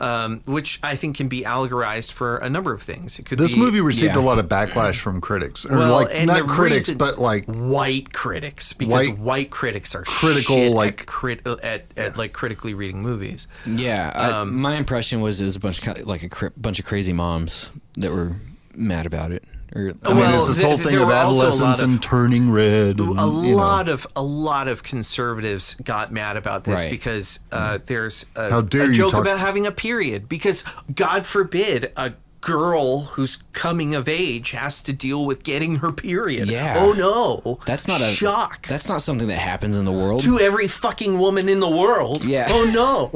S3: um, which I think can be allegorized for a number of things. It could
S2: this
S3: be
S2: movie received a
S4: yeah.
S2: lot of backlash from critics, or
S3: Well,
S2: like
S3: and
S2: not
S3: the
S2: critics,
S3: reason-
S2: but like
S3: white critics because
S2: White-
S3: white, critics are
S2: Critical,
S3: shit at
S2: like-
S3: crit- at, at, like critically reading movies.
S4: Yeah. I-
S3: Um,
S4: my impression was it was a bunch of, like a cr- bunch of crazy moms that were mad about it. Or I mean,
S2: I mean,
S3: Well,
S2: it's this
S3: th-
S2: whole
S3: th-
S2: thing
S3: there
S2: of
S3: were also a lot
S2: adolescence
S3: of-
S2: and turning red. And,
S3: a
S2: you know,
S3: lot of a lot of conservatives got mad about this
S4: Right.
S3: because uh, there's a,
S2: Mm-hmm. How dare
S3: a
S2: you
S3: joke
S2: talk-
S3: about having a period because God forbid a girl who's coming of age has to deal with getting her period.
S4: Yeah.
S3: Oh no.
S4: that's not a
S3: shock
S4: That's not something that happens in the world.
S3: to every fucking woman in the world.
S4: Yeah. Oh,
S3: Oh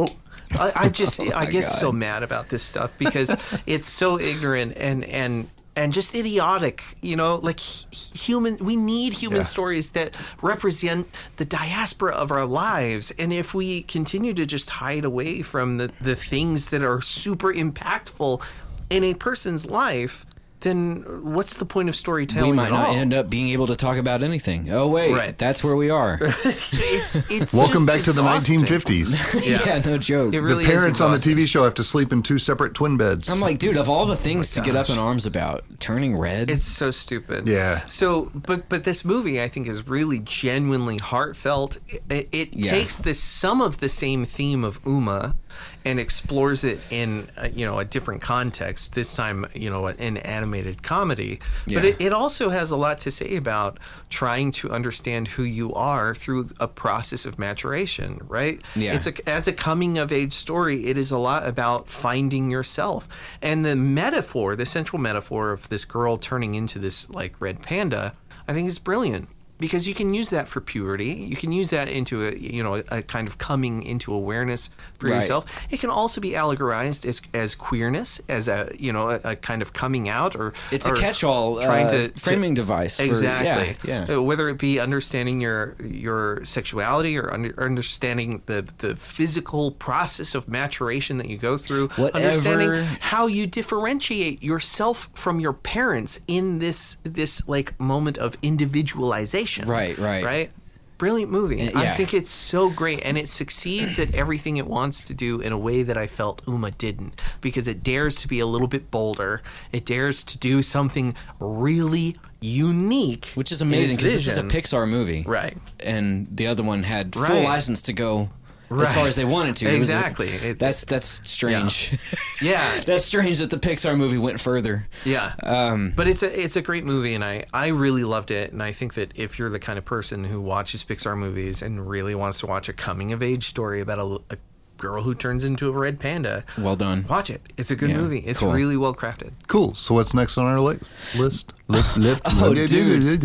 S3: no. I, I just I
S4: my
S3: get
S4: God.
S3: so mad about this stuff because it's so ignorant and and and just idiotic. You know, like h- h- human. We need human
S2: Yeah.
S3: stories that represent the diaspora of our lives. And if we continue to just hide away from the the things that are super impactful in a person's life. Then what's the point of storytelling?
S4: we might
S3: at
S4: not
S3: all?
S4: end up being able to talk about anything. Oh wait,
S3: Right.
S4: that's where we are.
S3: It's, it's
S2: Welcome
S3: just
S2: back to the
S3: exhausting.
S2: 1950s.
S4: yeah.
S3: Yeah.
S4: no joke.
S3: It really
S2: the
S3: is
S2: parents on the
S3: exhausting.
S2: TV show have to sleep in two separate twin beds.
S4: I'm like, dude, of all the things to get up in arms about, turning red.
S3: Oh It's so stupid.
S2: Yeah.
S3: So, but but this movie, I think, is really genuinely heartfelt. It, it
S4: Yeah.
S3: takes this some of the same theme of Uma, and explores it in uh, you know a different context. This time, you know, an animated comedy, but
S4: Yeah.
S3: it, it also has a lot to say about trying to understand who you are through a process of maturation. Right?
S4: Yeah.
S3: It's a as a coming of age story, it is a lot about finding yourself. And the metaphor, the central metaphor of this girl turning into this like red panda, I think is brilliant because you can use that for puberty. You can use that into a you know a kind of coming into awareness for
S4: Right.
S3: yourself. It can also be allegorized as as queerness, as a you know a, a kind of coming out or
S4: It's a
S3: or
S4: catch-all, uh, framing device for-
S3: exactly
S4: yeah, yeah.
S3: uh, whether it be understanding your your sexuality or under, understanding the the physical process of maturation that you go through,
S4: Whatever-
S3: understanding how you differentiate yourself from your parents in this this like moment of individualization.
S4: Right, right.
S3: right. Brilliant movie. I
S4: yeah.
S3: think it's so great, and it succeeds at everything it wants to do in a way that I felt Uma didn't, because it dares to be a little bit bolder. It dares to do something really unique,
S4: which is
S3: in its
S4: amazing because this is a
S3: vision.
S4: Pixar movie,
S3: Right.
S4: And the other one had full
S3: Right.
S4: license to go as
S3: Right.
S4: far as they wanted to. It was a-
S3: Exactly. It-
S4: that's that's strange.
S3: Yeah.
S4: that's strange that the Pixar movie went further.
S3: Yeah,
S4: Um,
S3: but it's a it's a great movie, and I I really loved it. And I think that if you're the kind of person who watches Pixar movies and really wants to watch a coming of age story about a, a girl who turns into a red panda,
S4: Well done.
S3: watch it. It's a good
S4: Yeah,
S3: movie. It's
S4: cool.
S3: really well crafted.
S2: Cool. So what's next on our li- list? List, list,
S4: Oh, dudes,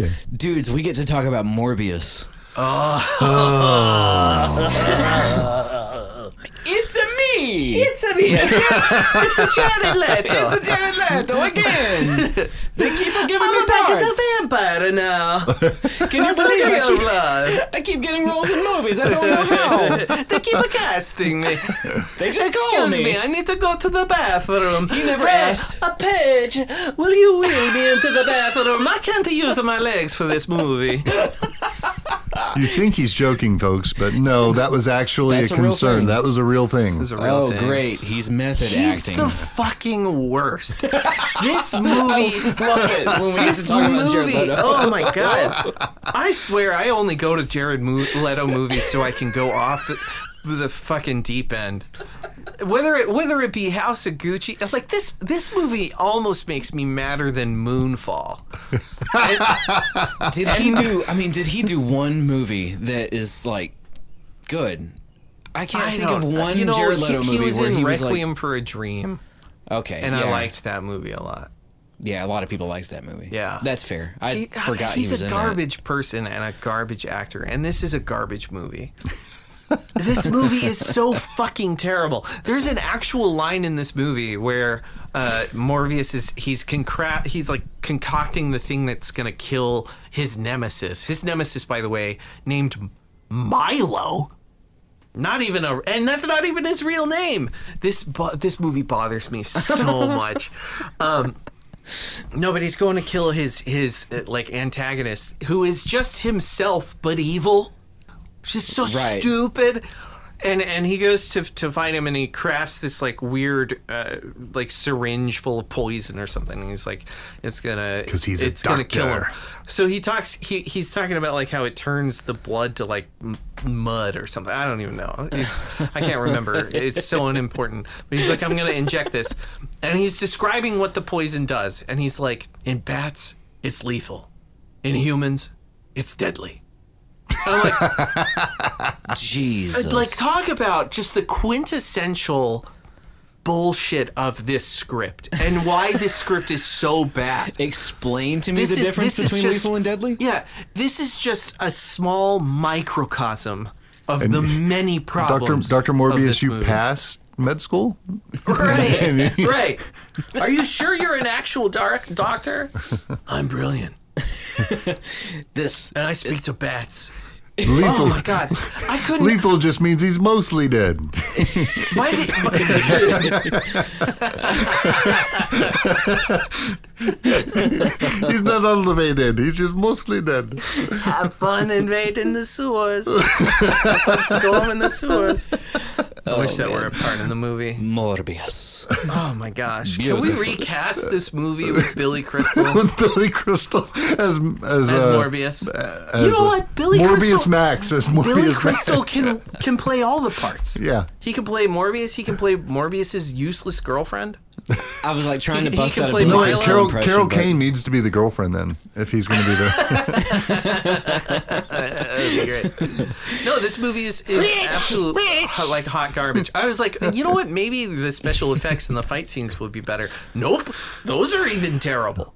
S4: dudes, we get to talk about Morbius. Oh. it's a me.
S3: It's a it's a Jared Leto.
S4: It's a Jared Leto again. they keep on giving me parts.
S3: vampire now.
S4: Can you believe I keep,
S3: blood.
S4: I keep getting roles in movies? I don't know how.
S3: They keep casting me.
S4: They just call
S3: Excuse me. I need to go to the bathroom. You
S4: never asked.
S3: A page, will you wheel me into the bathroom? I can't use my legs for this movie.
S2: You think he's joking, folks, but no, that was actually
S4: That's
S2: a
S4: a real
S2: concern.
S4: thing.
S2: That was a real thing.
S3: It's a real
S4: Oh,
S3: thing.
S4: great. He's method
S3: He's
S4: acting.
S3: the fucking worst. this movie
S4: Love it when we get to
S3: This
S4: talk about Jared
S3: movie-
S4: Leto.
S3: Oh my god! I swear, I only go to Jared Mo- Leto movies so I can go off the, the fucking deep end. Whether it whether it be House of Gucci, it's like this this movie almost makes me madder than Moonfall.
S4: Did he do? I mean, did he do one movie that is like good? I can't think of
S3: don't- uh,
S4: one
S3: you know,
S4: Jared
S3: he-
S4: Leto
S3: he
S4: movie
S3: was
S4: where
S3: in
S4: he was
S3: Requiem for a Dream,
S4: like okay,
S3: and I
S4: yeah.
S3: liked that movie a lot.
S4: Yeah, a lot of people liked that movie.
S3: Yeah.
S4: that's fair. I
S3: He- uh,
S4: forgot
S3: he's
S4: he was
S3: a
S4: in
S3: garbage person and a garbage actor, and this is a garbage movie. this movie is so fucking terrible. There's an actual line in this movie where uh, Morbius is he's concra- he's like concocting the thing that's gonna kill his nemesis. His nemesis, by the way, named Milo. Not even a, and that's not even his real name. This bo- this movie bothers me so much. Um, no, but he's going to kill his his uh, like antagonist, who is just himself but evil. Just so
S4: Right.
S3: stupid. And and he goes to to find him, and he crafts this like weird uh, like syringe full of poison or something. And he's like, it's gonna
S2: 'Cause he's a
S3: it's gonna kill him.
S2: doctor.
S3: So he talks. He he's talking about like how it turns the blood to like m- mud or something. I don't even know. It's, I can't remember. It's so unimportant. But he's like, I'm gonna inject this, and he's describing what the poison does. And he's like, in bats, it's lethal. In humans, it's deadly. I'm like,
S4: that. Jesus,
S3: Uh, like talk about just the quintessential bullshit of this script and why this script is so bad.
S4: explain to me
S3: This
S4: the
S3: is-
S4: difference
S3: this is
S4: between
S3: just-
S4: lethal and deadly.
S3: Yeah, this is just a small microcosm of the many
S2: Doctor
S3: problems.
S2: Doctor
S3: of
S2: Morbius,
S3: this
S2: you
S3: movie. Oh,
S2: passed med school.
S3: Right, right. Are you sure you're an actual dark doctor? I'm brilliant,
S4: This
S3: and I speak to bats.
S2: Lethal.
S3: Oh my god, I couldn't.
S2: Lethal just means he's mostly dead.
S3: Why did, why-
S2: He's not all the way dead. He's just mostly dead.
S3: have fun invading the sewers. Have fun storming the sewers. I wish that
S4: man.
S3: were a part of the movie.
S4: Morbius.
S3: Oh my gosh! Can
S4: Beautiful.
S3: we recast this movie with Billy Crystal
S2: with Billy Crystal as as,
S3: as
S2: uh,
S3: Morbius?
S2: as,
S3: you know
S2: uh,
S3: what, Billy
S2: Morbius
S3: Crystal?
S2: Max as Morbius
S3: Billy
S2: Max.
S3: Crystal can can play all the parts.
S2: Yeah.
S3: He can play Morbius. He can play Morbius's useless girlfriend.
S4: I was like trying
S3: He-
S4: to
S3: he
S4: bust
S3: can
S4: out
S3: play
S4: a Billy
S2: No,
S3: Milo.
S2: wait,
S4: Crystal
S2: Carol
S4: impression,
S2: Carol
S4: but
S2: Kane needs to be the girlfriend then if he's going to be the.
S3: That'd be great. no, this movie is, is absolute hot- like hot garbage. I was like, you know what? Maybe the special effects and the fight scenes would be better. Nope, those are even terrible.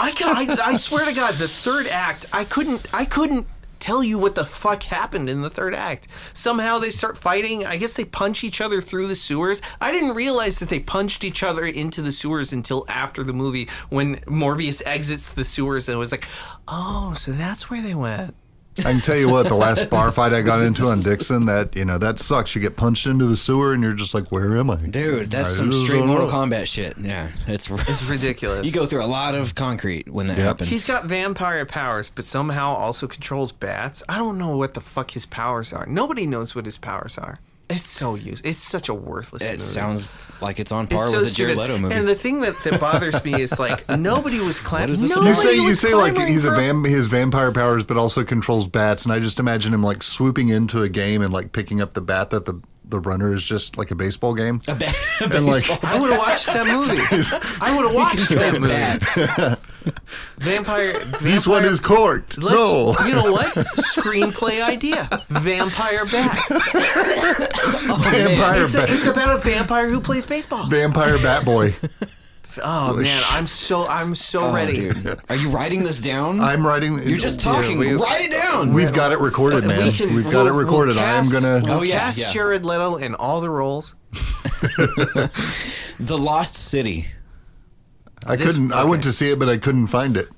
S3: I can, I, I swear to God, the third act, I couldn't, I couldn't tell you what the fuck happened in the third act. Somehow they start fighting. I guess they punch each other through the sewers. I didn't realize that they punched each other into the sewers until after the movie when Morbius exits the sewers and was like, "Oh, so that's where they went."
S2: I can tell you what the last bar fight I got into on Dixon that you know that sucks. You get punched into the sewer and you're just like, where am I?
S4: Dude, that's
S2: I
S4: some
S2: don't
S4: straight
S2: know.
S4: Mortal Kombat shit. Yeah, it's
S3: It's ridiculous.
S4: You go through a lot of concrete when that happens.
S3: He's got vampire powers, but somehow also controls bats. I don't know what the fuck his powers are. Nobody knows what his powers are. It's so use. It's such a worthless.
S4: it
S3: movie.
S4: sounds like it's on
S3: It's
S4: par
S3: so
S4: with a Jared
S3: stupid.
S4: Leto movie.
S3: And the thing that, that bothers me is like nobody was clapping.
S4: is this about?
S2: You
S4: Nobody
S2: say you say like he's a vamp, he has vampire powers, but also controls bats, and I just imagine him like swooping into a game and like picking up the bat that the the runner is just like a baseball game.
S4: a ba- a
S2: And, like-
S4: baseball
S3: I would have watched that movie. I would have watched that
S4: controls
S3: movie.
S4: bats.
S3: Vampire.
S2: This one
S3: vampire-
S2: is corked.
S3: Let's,
S2: No,
S3: You know what? Screenplay idea. Vampire bat.
S2: vampire
S3: It's, a,
S2: bat,
S3: it's about a vampire who plays baseball.
S2: vampire bat boy.
S3: Oh man, I'm so I'm so
S4: Oh,
S3: ready.
S4: dude. Are you writing this down?
S2: I'm writing.
S4: You're just talking.
S3: we-
S4: Write it down.
S2: We've got it recorded, man.
S3: We
S2: We
S3: can-
S2: have got it
S3: we'll-
S2: recorded.
S3: we'll
S2: I am
S3: cast-
S2: gonna.
S3: We'll
S4: Oh, yeah,
S3: cast
S4: yeah.
S3: Jared Leto in all the roles.
S4: the Lost City.
S2: I
S3: this-
S2: couldn't. I
S3: okay.
S2: went to see it, but I couldn't find it.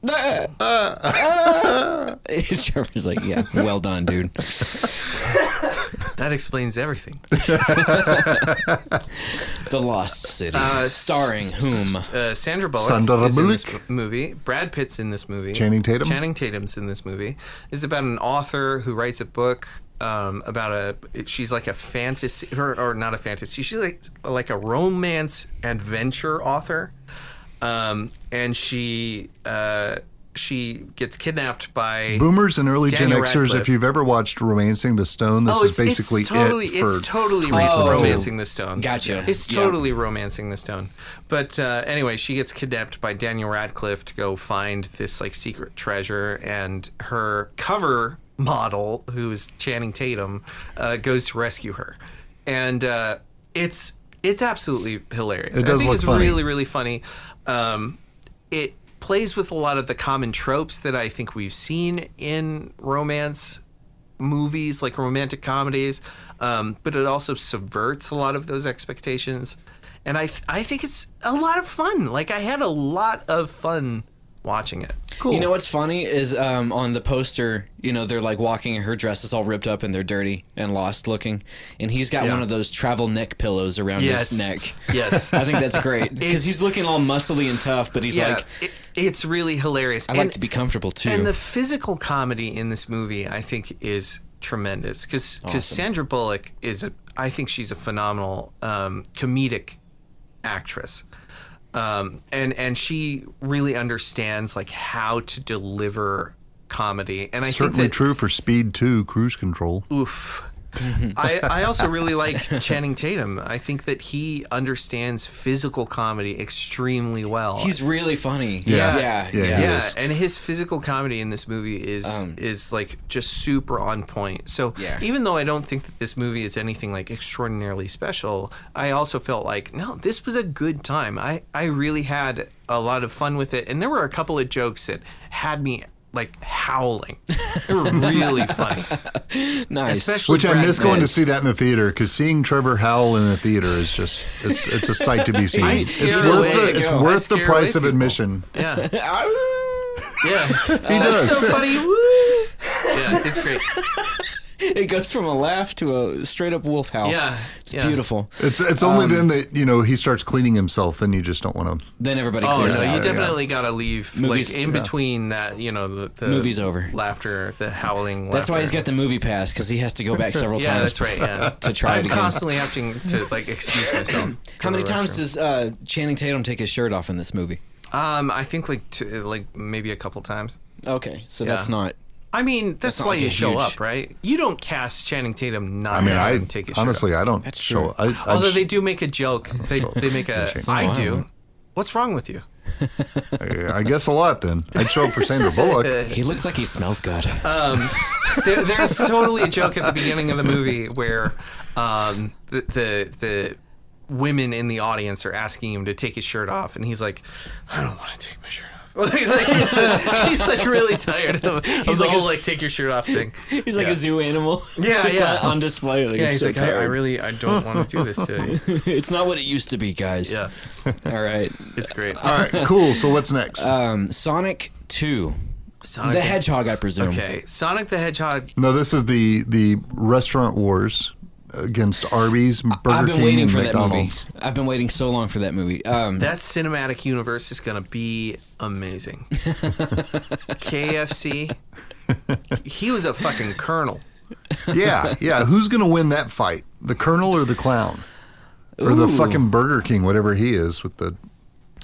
S2: Uh,
S3: uh,
S4: Trevor's like, yeah, well done, dude.
S3: That explains everything.
S4: The Lost City,
S3: Uh, s-
S4: starring whom?
S3: Uh, Sandra Bullock
S2: Sandra
S3: is in this
S2: Bullock.
S3: m- movie. Brad Pitt's in this movie.
S2: Channing Tatum?
S3: Channing Tatum's in this movie. It's about an author who writes a book um, about a. She's like a fantasy, or, or not a fantasy. She's like like a romance adventure author, um, and she uh, she gets kidnapped by
S2: Boomers and early Gen
S3: Daniel
S2: Xers. If
S3: Radcliffe.
S2: you've ever watched *Romancing the Stone*, this
S3: Oh,
S2: is
S3: it's,
S2: basically
S3: it's totally
S2: it for
S3: it's totally
S4: Oh.
S3: romancing the stone.
S4: Gotcha.
S3: It's
S4: Yeah.
S3: totally romancing the stone. But uh, anyway, she gets kidnapped by Daniel Radcliffe to go find this like secret treasure, and her cover model, who is Channing Tatum, uh, goes to rescue her, and uh, it's it's absolutely hilarious.
S2: It does
S3: I think
S2: look
S3: it's
S2: funny.
S3: really really funny. Um, it plays with a lot of the common tropes that I think we've seen in romance movies, like romantic comedies, um, but it also subverts a lot of those expectations. And I, th- I think it's a lot of fun. Like I had a lot of fun watching it.
S2: cool.
S4: You know what's funny is um, on the poster, you know, they're like walking and her dress is all ripped up and they're dirty and lost looking. And he's got
S3: Yeah.
S4: one of those travel neck pillows around his neck.
S3: Yes.
S4: I think that's great because
S3: It's-
S4: he's looking all muscly and tough, but he's
S3: yeah.
S4: like,
S3: it, it's really hilarious.
S4: I like to be comfortable too.
S3: And the physical comedy in this movie, I think, is tremendous because Sandra Bullock is a I think she's a phenomenal um, comedic actress, um, and and she really understands like how to deliver comedy. And I
S2: certainly
S3: think that
S2: true for Speed 2 Cruise Control.
S3: Oof. I, I also really like Channing Tatum. I think that he understands physical comedy extremely well.
S4: he's really funny.
S2: Yeah.
S4: yeah,
S2: Yeah,
S4: yeah.
S2: he
S3: Yeah,
S2: is.
S3: and his physical comedy in this movie is is like just super on point. So
S4: Yeah.
S3: even though I don't think that this movie is anything like extraordinarily special, I also felt like no, this was a good time. I I really had a lot of fun with it, and there were a couple of jokes that had me like howling. They were really funny,
S4: Nice.
S3: especially
S2: Which I
S3: Brad
S2: miss going to
S3: Pitt.
S2: see that in the theater because seeing Trevor Howell in the theater is just it's it's a sight to be seen.
S3: I
S2: It's
S3: scare
S2: worth
S4: away-
S2: the, it's
S4: I
S2: worth the
S3: scare
S2: price
S3: away
S2: of admission.
S3: Yeah.
S4: Ah,
S3: Yeah. Oh,
S2: He
S3: That's
S2: does.
S3: so funny. Woo. Yeah, it's great.
S4: it goes from a laugh to a straight up wolf howl.
S3: Yeah,
S4: It's
S3: yeah.
S4: beautiful.
S2: It's it's only
S3: Um,
S2: then that you know he starts cleaning himself. Then you just don't want to.
S4: Then everybody
S3: Oh
S4: clears
S3: no,
S4: out.
S3: you definitely gotta leave
S4: Movies-
S3: like in between that. You know, the, the
S4: Movie's over.
S3: Laughter, the howling.
S4: That's why he's
S3: laughter.
S4: got the movie pass because he has to go back several
S3: Yeah,
S4: times.
S3: that's right. Yeah,
S4: to try it
S3: I'm
S4: again.
S3: constantly having to like excuse myself.
S4: How
S3: Go
S4: many
S3: to the
S4: times
S3: restroom.
S4: does uh, Channing Tatum take his shirt off in this movie?
S3: Um, I think like two, like maybe a couple times.
S4: Okay, so that's not.
S3: I mean, that's,
S4: not
S3: why
S4: like a
S3: you show
S4: huge-
S3: up, right? You don't cast Channing Tatum not
S2: I mean, I
S3: take his shirt
S2: honestly
S3: off.
S2: I don't
S4: That's
S2: show.
S4: true.
S2: I, I
S3: Although
S2: just-
S3: they do make a joke. They they make a I
S4: wild.
S3: do. What's wrong with you?
S2: I guess a lot. Then I'd show up for Sandra Bullock.
S4: He looks like he smells good.
S3: Uh, there, there's totally a joke at the beginning of the movie where um, the, the the women in the audience are asking him to take his shirt off, and he's like, "I don't want to take my shirt off." like, like, he's, he's like really tired of, of the
S4: like
S3: whole
S4: a-
S3: like take your shirt off thing.
S4: he's like
S3: yeah.
S4: a zoo animal.
S3: Yeah, yeah.
S4: on display. Like,
S3: Yeah, he's
S4: it's so
S3: like, I, I
S4: tired.
S3: really I don't want to do this today.
S4: it's not what it used to be, guys.
S3: Yeah,
S4: All right.
S3: it's great.
S4: Uh,
S2: All right, cool. So what's next?
S4: Um, Sonic Two,
S3: Sonic
S4: the Hedgehog, I presume.
S3: Okay, Sonic the Hedgehog.
S2: no, this is the the restaurant wars against Arby's, Burger
S4: I've been
S2: King,
S4: waiting
S2: and
S4: for
S2: McDonald's.
S4: that movie. I've been waiting so long for that movie. Um,
S3: That cinematic universe is gonna be amazing. KFC. He was a fucking colonel.
S2: yeah, yeah. Who's gonna win that fight? The Colonel or the clown? Or the
S4: Ooh.
S2: fucking Burger King, whatever he is, with the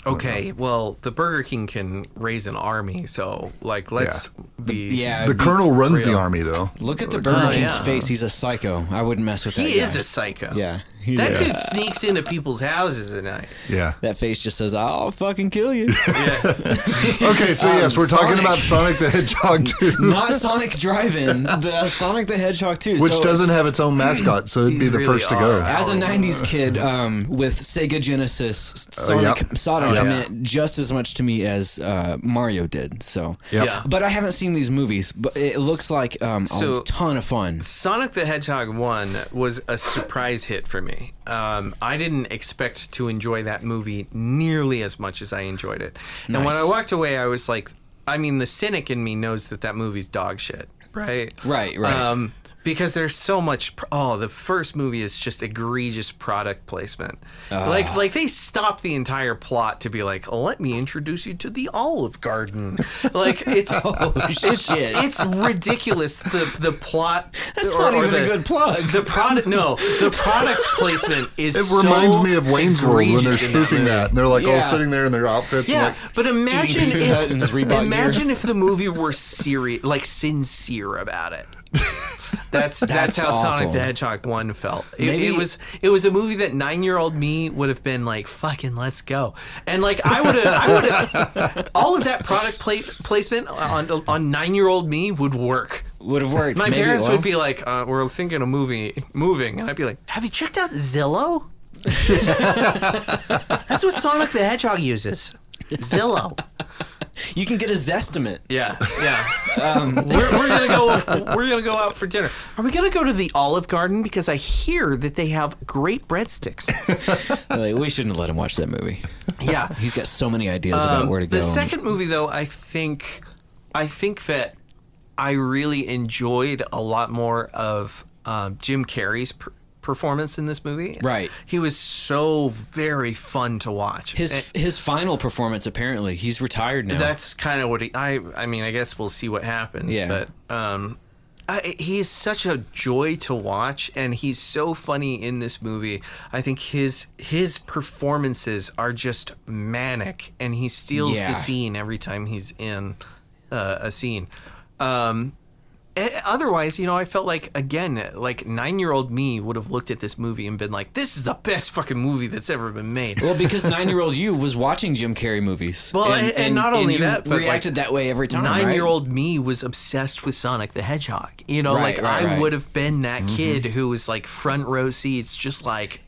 S4: Oh,
S3: Okay, well, the Burger King can raise an army, so like let's be
S4: yeah.
S2: the
S4: be-
S2: Colonel runs the
S3: real.
S2: army though.
S4: Look at the Burger
S3: Oh,
S4: King's
S3: yeah.
S4: face. He's a psycho. I wouldn't mess with that.
S3: He
S4: guy.
S3: is a psycho.
S4: Yeah. He-
S3: That dude sneaks into people's houses at night.
S2: Yeah.
S4: That face just says, "I'll fucking kill you."
S2: Okay, so yes,
S4: Um,
S2: we're talking
S4: Sonic.
S2: about Sonic the Hedgehog 2,
S4: Not Sonic Drive-In, the Sonic the Hedgehog 2.
S2: which
S4: so,
S2: doesn't have its own mascot, so it'd be
S3: These
S2: the
S3: really
S2: first to
S3: are
S2: go.
S3: out.
S4: As a '90s kid um, with Sega Genesis, Sonic,
S2: Uh, yep. Oh,
S4: Sonic
S3: yeah.
S4: meant just as much to me as uh, Mario did. So,
S2: Yep.
S3: Yeah.
S4: but I haven't seen these movies. But it looks like um,
S3: So-
S4: a ton of fun.
S3: Sonic the Hedgehog 1 was a surprise hit for me. Um, I didn't expect to enjoy that movie nearly as much as I enjoyed it. And when
S4: Nice.
S3: I walked away, I was like, I mean, the cynic in me knows that that movie's dog shit, right?
S4: Right, right.
S3: Um, because there's so much. Pr- oh, the first movie is just egregious product placement. like, like they stop the entire plot to be like, let me introduce you to the Olive Garden. like, it's
S4: Oh,
S3: it's,
S4: shit.
S3: it's ridiculous. The the plot.
S4: That's not even a good plug.
S3: The product. No, the product placement is.
S2: It reminds
S3: so
S2: me of Wayne's World when they're
S3: egregious in that
S2: spoofing
S3: movie.
S2: that, and they're like all
S4: Yeah.
S2: sitting there in their outfits. and
S3: Yeah,
S2: like,
S3: but imagine
S4: Pizza Hut and his
S3: if
S4: Reebok
S3: imagine if the movie were serious, like sincere about it. That's that's,
S4: That's
S3: how
S4: awful.
S3: Sonic the Hedgehog one felt. It,
S4: Maybe-
S3: it was it was a movie that nine year old me would have been like, "Fucking let's go," and like I would have I would have all of that product pla- placement on on nine year old me would work.
S4: Would have worked.
S3: My
S4: Maybe it
S3: parents
S4: will.
S3: would be like, uh, "We're thinking of movie moving," and I'd be like, "Have you checked out Zillow?" That's what Sonic the Hedgehog uses. Zillow.
S4: You can get a Zestimate.
S3: Yeah, yeah. Um, we're, we're gonna go. We're gonna go out for dinner. Are we gonna go to the Olive Garden because I hear that they have great breadsticks?
S4: Like, we shouldn't have let him watch that movie.
S3: yeah.
S4: He's got so many ideas about where to go.
S3: Um, The second movie, though, I think, I think that I really enjoyed a lot more of um, Jim Carrey's per- performance in this movie.
S4: Right.
S3: He was so very fun to watch.
S4: his his final performance apparently he's retired now.
S3: That's kind of what he. I. I mean, I guess we'll see what happens.
S4: Yeah.
S3: But um, I, he's such a joy to watch, and he's so funny in this movie. I think his his performances are just manic, and he steals
S4: Yeah.
S3: the scene every time he's in uh, a scene. Um, eh, otherwise, you know, I felt like again, like nine year old me would have looked at this movie and been like, "This is the best fucking movie that's ever been made."
S4: Well, because nine-year-old you was watching Jim Carrey movies.
S3: Well, and- and not only
S4: you
S3: that, but, like,
S4: reacted that way every time. right?
S3: Nine year old me was obsessed with Sonic the Hedgehog. You know,
S4: Right,
S3: like
S4: right,
S3: I
S4: right. Mm-hmm.
S3: would have been that kid who was like front row seats, just like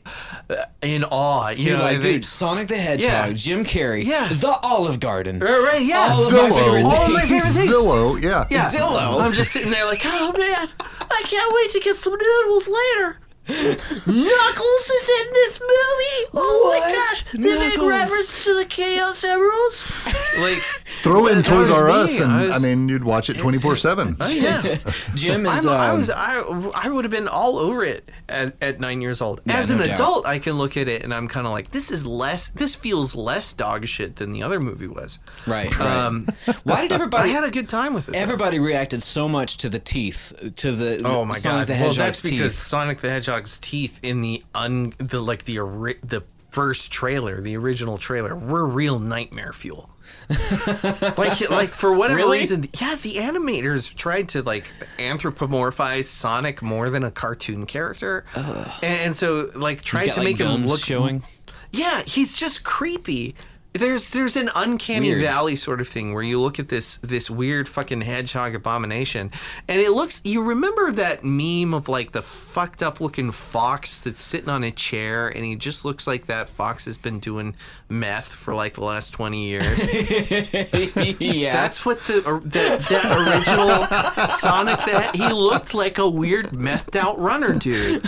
S3: uh, in awe. You
S4: You're
S3: know,
S4: like,
S3: they-
S4: dude, Sonic the Hedgehog,
S3: Yeah.
S4: Jim Carrey,
S3: Yeah.
S4: the Olive Garden.
S3: Right, right, yeah.
S4: All of my favorite
S2: Zillow.
S4: All
S3: my favorite things.
S2: Zillow, yeah.
S3: yeah.
S4: Zillow.
S3: I'm just sitting there like, oh man, I can't wait to get some noodles later.
S5: Knuckles is in this movie. Oh my gosh! They made
S4: Knuckles.
S5: reference to the Chaos Emeralds.
S3: Like,
S2: Throw in
S3: that
S2: Toys
S3: was
S2: R
S3: me.
S2: Us, and
S3: I
S2: I,
S3: was-
S2: mean, you'd watch it twenty four seven.
S3: yeah.
S4: Jim
S3: I'm,
S4: is. Um,
S3: I was I, I would have been all over it at, at nine years old. As an
S4: no doubt.
S3: adult, I can look at it and I'm kind of like, this is less. This feels less dog shit than the other movie was.
S4: right. right.
S3: Um,
S4: Why did
S3: I
S4: everybody?
S3: had a good time with it. though.
S4: everybody reacted so much to the teeth, to the
S3: Oh my
S4: Sonic
S3: god!
S4: the
S3: well,
S4: Hedgehog's
S3: that's
S4: teeth.
S3: because Sonic the Hedgehog's teeth in the un the like the ori- the first trailer, the original trailer, were real nightmare fuel. like like for whatever
S4: Really?
S3: reason, yeah, the animators tried to like anthropomorphize Sonic more than a cartoon character, and, and so like tried
S4: He's got,
S3: to
S4: like,
S3: make him
S4: gums
S3: look
S4: showing.
S3: yeah, he's just creepy. There's there's an uncanny
S4: Weird.
S3: valley sort of thing where you look at this this weird fucking hedgehog abomination, and it looks. You remember that meme of like the fucked up looking fox that's sitting on a chair, and he just looks like that fox has been doing meth for like the last twenty years.
S4: yeah.
S3: That's what the or- that, that original Sonic that he looked like a weird methed out runner dude,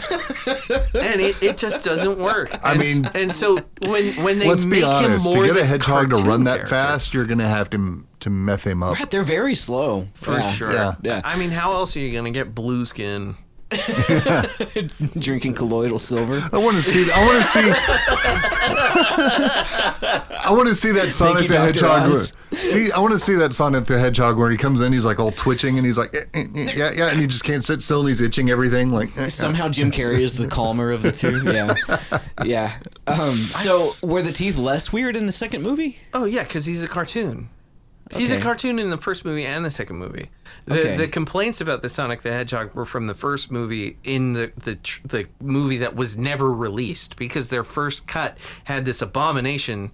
S3: and it, it just doesn't work.
S2: I
S3: And-
S2: mean-
S3: and so when when they
S2: Let's
S3: make
S2: be honest.
S3: him
S2: To
S3: more
S2: get a
S3: the
S2: hedgehog to run
S3: cartoon
S2: that
S3: character,
S2: fast, you're gonna have to to meth him up.
S4: God, they're very slow.
S3: for
S4: Yeah.
S3: sure.
S2: yeah,
S4: yeah.
S3: I mean, how else are you gonna get blue skin?
S4: Drinking colloidal silver.
S2: I want to see. I want to see. I want to see that Sonic
S4: you,
S2: the
S4: Dr.
S2: Hedgehog.
S4: Oz.
S2: where- See, I want to see that Sonic the Hedgehog where he comes in, he's like all twitching, and he's like, eh, eh, eh, yeah, yeah, and he just can't sit still, and he's itching everything. Like, eh, eh.
S4: Somehow Jim Carrey is the calmer of the two. Yeah. Yeah. Um, so were the teeth less weird in the second movie?
S3: Oh yeah, because he's a cartoon. He's a
S4: Okay.
S3: cartoon in the first movie and the second movie. The,
S4: Okay.
S3: the complaints about the Sonic the Hedgehog were from the first movie in the the tr- the movie that was never released because their first cut had this abomination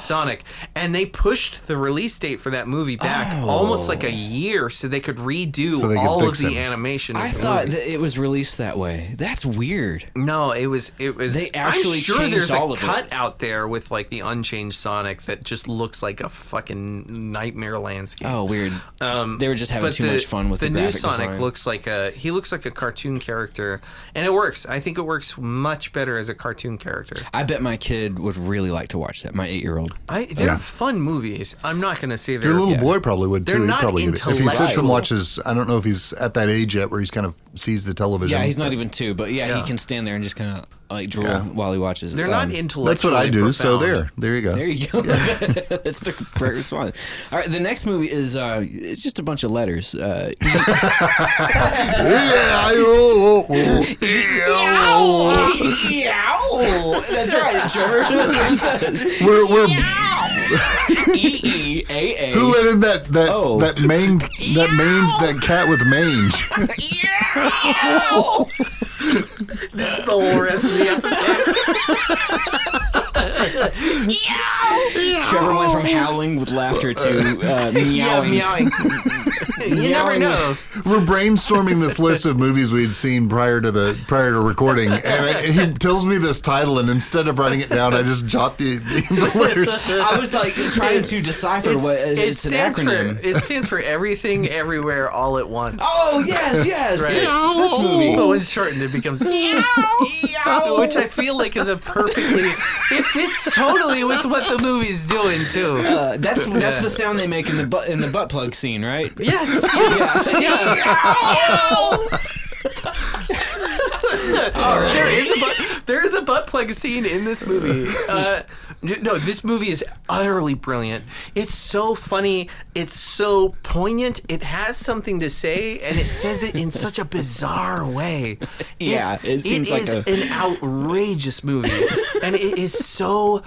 S3: Sonic, and they pushed the release date for that movie back almost like a year so they could redo
S2: Oh. So they could
S3: all of
S2: fix
S3: the
S2: him.
S3: animation. of
S4: I
S3: the
S4: thought
S3: movie.
S4: that it was released that way. That's weird.
S3: No, it was it was.
S4: They
S3: I'm
S4: actually
S3: sure
S4: changed
S3: there's
S4: all
S3: a
S4: of it.
S3: cut out there with like the unchanged Sonic that just looks like a fucking nightmare landscape.
S4: Oh, weird.
S3: Um,
S4: they were just having
S3: but
S4: too much fun with the,
S3: new
S4: graphic
S3: Sonic
S4: design.
S3: looks like a he looks like a cartoon character, and it works. I think it works much better as a cartoon character.
S4: I bet my kid would really like to watch that. My eight-year-old.
S3: I they're
S2: Yeah.
S3: fun movies. I'm not gonna say they're
S2: your little
S4: yeah.
S2: boy probably would
S3: They're
S2: too. He'd
S3: not
S2: probably get it. if he sits
S3: intellectual.
S2: and watches. I don't know if he's at that age yet where he's kind of sees the television.
S4: Yeah, he's not even two, but yeah,
S3: Yeah.
S4: he can stand there and just kind of like drool
S2: Yeah.
S4: while he watches. it.
S3: they're not
S4: Um,
S3: intellectual.
S2: That's what I do. So there, there you go.
S4: There you go. That's the correct response. All right, the next movie is uh, it's just a bunch of letters. Uh,
S2: yeah, I- oh, oh, oh. Yeah.
S4: Yow! That's right, Trevor. That's what it says.
S2: We're, we're,
S4: E E A
S2: who
S4: A.
S2: let in that that
S4: Oh.
S2: that mange that mange that cat with mange?
S3: That's the whole rest of the episode.
S4: Trevor went
S3: E
S4: from howling with laughter to uh,
S3: yeah,
S4: meowing.
S3: meowing. you never
S4: Meowing.
S3: know.
S2: We're brainstorming this list of movies we'd seen prior to the prior to recording, and I, he tells me this title, and instead of writing it down, I just jot the, the, the letters. down.
S4: I was like trying to decipher
S3: It's-
S4: what it's,
S3: it
S4: an
S3: stands
S4: acronym.
S3: for it stands for everything, everywhere, all at once.
S4: Oh yes, yes,
S3: Right.
S4: this, this movie.
S3: But when it's shortened, it becomes Yow! which I feel like is a perfectly. It fits totally with what the movie's doing too.
S4: Uh, that's that's the sound they make in the butt in the butt plug scene, right?
S3: Yes, yes. There is a butt, there is a butt plug scene in this movie. Uh, n- no, this movie is utterly brilliant. It's so funny. It's so poignant. It has something to say, and it says it in such a bizarre way.
S4: Yeah, it seems like
S3: is
S4: a-
S3: an outrageous movie, and it is so.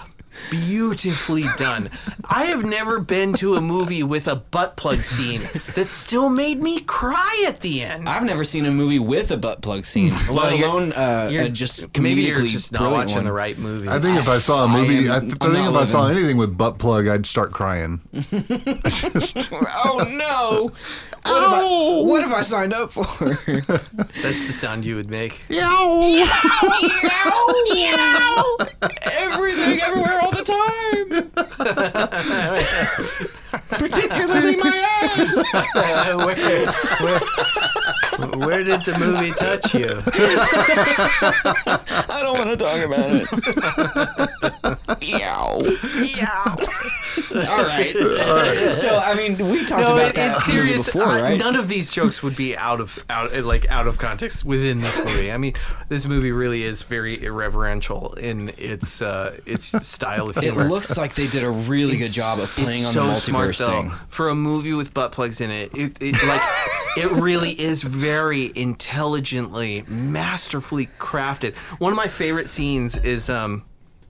S3: Beautifully done. I have never been to a movie with a butt plug scene that still made me cry at the end.
S4: I've never seen a movie with a butt plug scene, let
S3: you're-
S4: alone uh,
S3: You're-
S4: a just comedically
S3: maybe you're just not
S4: brilliant
S3: watching
S4: one.
S3: the right movies.
S2: I think if I saw a movie, I,
S4: I am-
S2: th- I
S4: I'm
S2: think if
S4: not
S2: I saw
S4: living.
S2: anything with butt plug, I'd start crying.
S4: Oh no! What,
S3: Oh.
S4: Have I, what have I signed up for?
S3: That's the sound you would make.
S4: Everything, everywhere, all the time. Particularly my ass.
S3: where, where,
S6: Where did the movie touch you?
S4: I don't want to talk about it. Yow. Yow. All right. So I mean, we talked
S3: No,
S4: about
S3: it,
S4: that
S3: it's
S4: movie
S3: serious.
S4: before,
S3: I-
S4: right?
S3: None of these jokes would be out of out like out of context within this movie. I mean, this movie really is very irreverential in its uh, its style of
S4: it
S3: humor.
S4: looks like they did a really good job of playing
S3: it's
S4: on
S3: so
S4: the
S3: smart
S4: multiverse
S3: though.
S4: thing.
S3: For a movie with butt plugs in it, it, it like it really is very intelligently, masterfully crafted. One of my favorite scenes is um.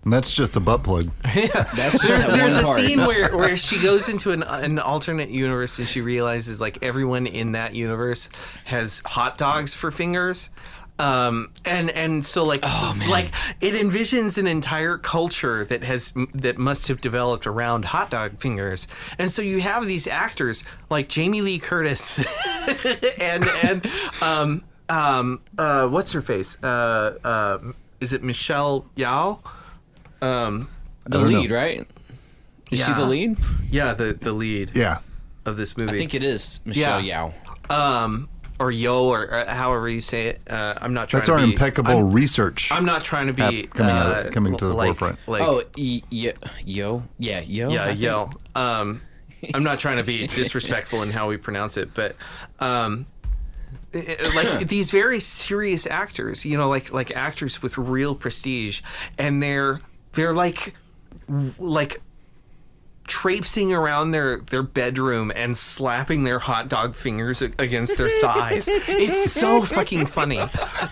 S2: And that's just the butt plug.
S4: That's just
S3: There's,
S4: that
S3: there's a
S4: one part.
S3: scene where, where she goes into an, an alternate universe and she realizes like everyone in that universe has hot dogs for fingers. Um, and and so like
S4: Oh,
S3: like it envisions an entire culture that has that must have developed around hot dog fingers, and so you have these actors like Jamie Lee Curtis, and and um um uh what's her face uh uh is it Michelle Yao?
S4: the
S2: don't know.
S4: lead, right? Is she
S3: Yeah.
S4: the lead?
S3: Yeah, the the lead
S2: Yeah.
S3: of this movie.
S4: I think it is Michelle Yao.
S3: um, or yo, or uh, however you say it. Uh, I'm not trying.
S2: That's
S3: to
S2: our
S3: be,
S2: impeccable
S3: I'm,
S2: research.
S3: I'm not trying to be
S2: app coming out
S3: uh,
S2: of- coming to the
S3: like,
S2: forefront.
S3: Like,
S4: Oh, y- y- yo, yeah, yo, I
S3: yeah,
S4: think.
S3: yo. Um, I'm not trying to be disrespectful in how we pronounce it, but um, i- i- like these very serious actors, you know, like like actors with real prestige, and they're they're like w- like traipsing around their their bedroom and slapping their hot dog fingers a- against their thighs. It's so fucking funny.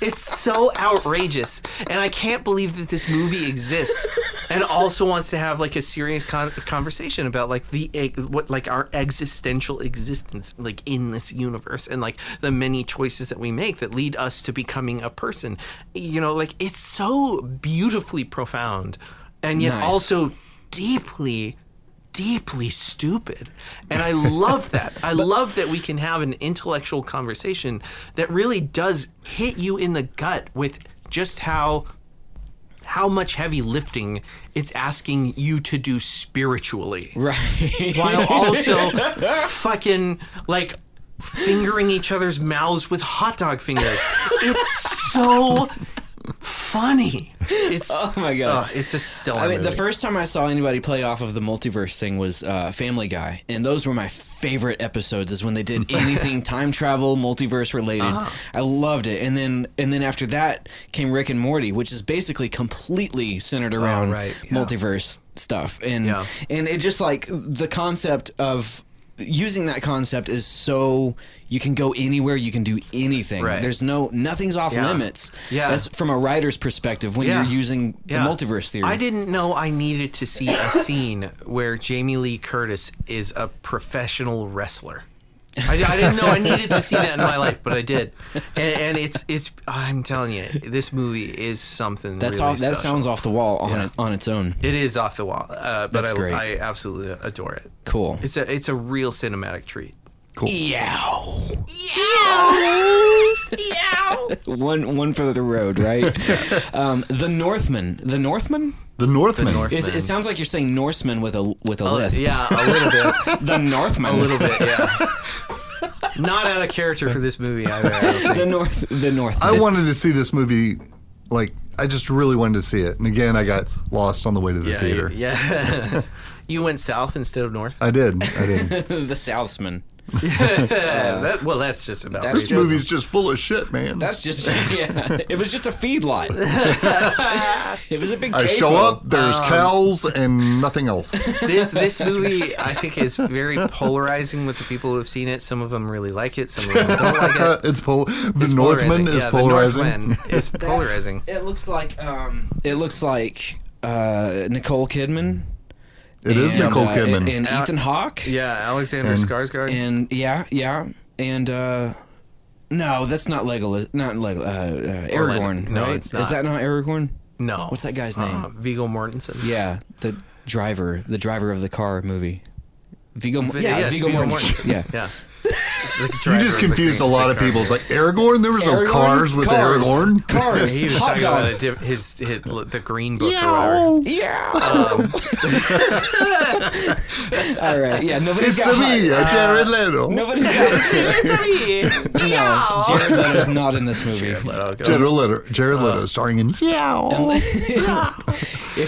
S3: It's so outrageous, and I can't believe that this movie exists and also wants to have like a serious con- conversation about like the e- what like our existential existence like in this universe and like the many choices that we make that lead us to becoming a person. You know, like it's so beautifully profound and yet
S4: Nice.
S3: also deeply deeply stupid. And I love that. I love that we can have an intellectual conversation that really does hit you in the gut with just how how much heavy lifting it's asking you to do spiritually.
S4: Right.
S3: While also fucking like fingering each other's mouths with hot dog fingers. It's so funny. It's oh
S4: my God.
S3: it's a stellar.
S4: I mean, the
S3: movie.
S4: first time I saw anybody play off of the multiverse thing was uh, Family Guy, and those were my favorite episodes. Is when they did anything time travel, multiverse related.
S3: Uh-huh.
S4: I loved it, and then and then after that came Rick and Morty, which is basically completely centered around
S3: Oh, right, yeah.
S4: multiverse stuff, and
S3: Yeah.
S4: and it just like the concept of. Using that concept is so you can go anywhere, you can do anything.
S3: Right.
S4: There's no nothing's off
S3: Yeah.
S4: limits.
S3: Yeah.
S4: That's from a writer's perspective when
S3: Yeah.
S4: you're using
S3: Yeah.
S4: the multiverse theory.
S3: I didn't know I needed to see a scene where Jamie Lee Curtis is a professional wrestler. I, I didn't know I needed to see that in my life, but I did, and, and it's it's. I'm telling you, this movie is something.
S4: That's
S3: really
S4: off, that
S3: special.
S4: sounds off the wall on it, on its own.
S3: It is off the wall, uh, but
S4: That's
S3: I,
S4: great.
S3: I absolutely adore it.
S4: Cool.
S3: It's a it's a real cinematic treat.
S4: yeah. One one for the road, right? um, the Northman. The Northman?
S2: The Northman.
S4: Is, it sounds like you're saying Norseman with a with a lisp.
S3: Oh, yeah, a little bit,
S4: The Northman.
S3: a little bit, yeah. Not out of character for this movie. I, I don't think.
S4: The North. The North.
S2: I wanted to see this movie. Like, I just really wanted to see it. And again, I got lost on the way to the
S3: Yeah, you-
S2: theater.
S3: yeah. you went south instead of north.
S2: I did. I did.
S4: the Southsman.
S2: Uh,
S3: That- well, Uh, that's just about.
S4: That's
S2: this
S3: reasonable.
S2: movie's just full of shit, man.
S4: That's just yeah. It was just a feedlot. it was a big.
S2: I show
S4: CAFO.
S2: up, there's cows and nothing else.
S3: Thi- this movie, I think, is very polarizing with the people who have seen it. Some of them really like it. Some of them don't like it.
S2: Uh, it's pol- the Northman is
S3: yeah,
S2: polarizing.
S3: The Northman is polarizing.
S4: It looks like um. It looks like uh Nicole Kidman.
S2: It is
S4: and,
S2: Nicole
S4: uh,
S2: Kidman.
S4: and, and Ethan Hawke.
S3: Yeah, Alexander
S2: And-
S3: Skarsgård.
S4: and yeah, yeah, and uh, no, that's not Legolas. Not Legolas. Uh, uh, Aragorn.
S3: No,
S4: right?
S3: it's not.
S4: Is that not Aragorn?
S3: no,
S4: What's that guy's
S3: Uh,
S4: name?
S3: Viggo Mortensen.
S4: Yeah, the driver, the driver of the car movie. Viggo. Mo-
S3: Vi-
S4: yeah,
S3: yes,
S4: Viggo
S3: Viggo
S4: Mortensen. yeah.
S3: Yeah.
S2: You just confused a lot of people. It's like Aragorn. There was no
S4: Aragorn?
S2: cars with
S4: Cars.
S2: Aragorn.
S4: Cars.
S3: he was
S4: hot
S3: talking
S4: dog.
S3: about a diff- his, his the green book or whatever. Oh,
S4: Um. All right. Yeah. Nobody's
S2: It's
S4: got.
S2: a me,
S4: hot-
S2: a Jared Leto.
S4: Nobody's got.
S5: It's me.
S4: no. Jared Leto's not in this movie.
S3: Let it go.
S2: Jared Leto.
S4: Uh,
S2: Jared Leto, starring in.
S4: if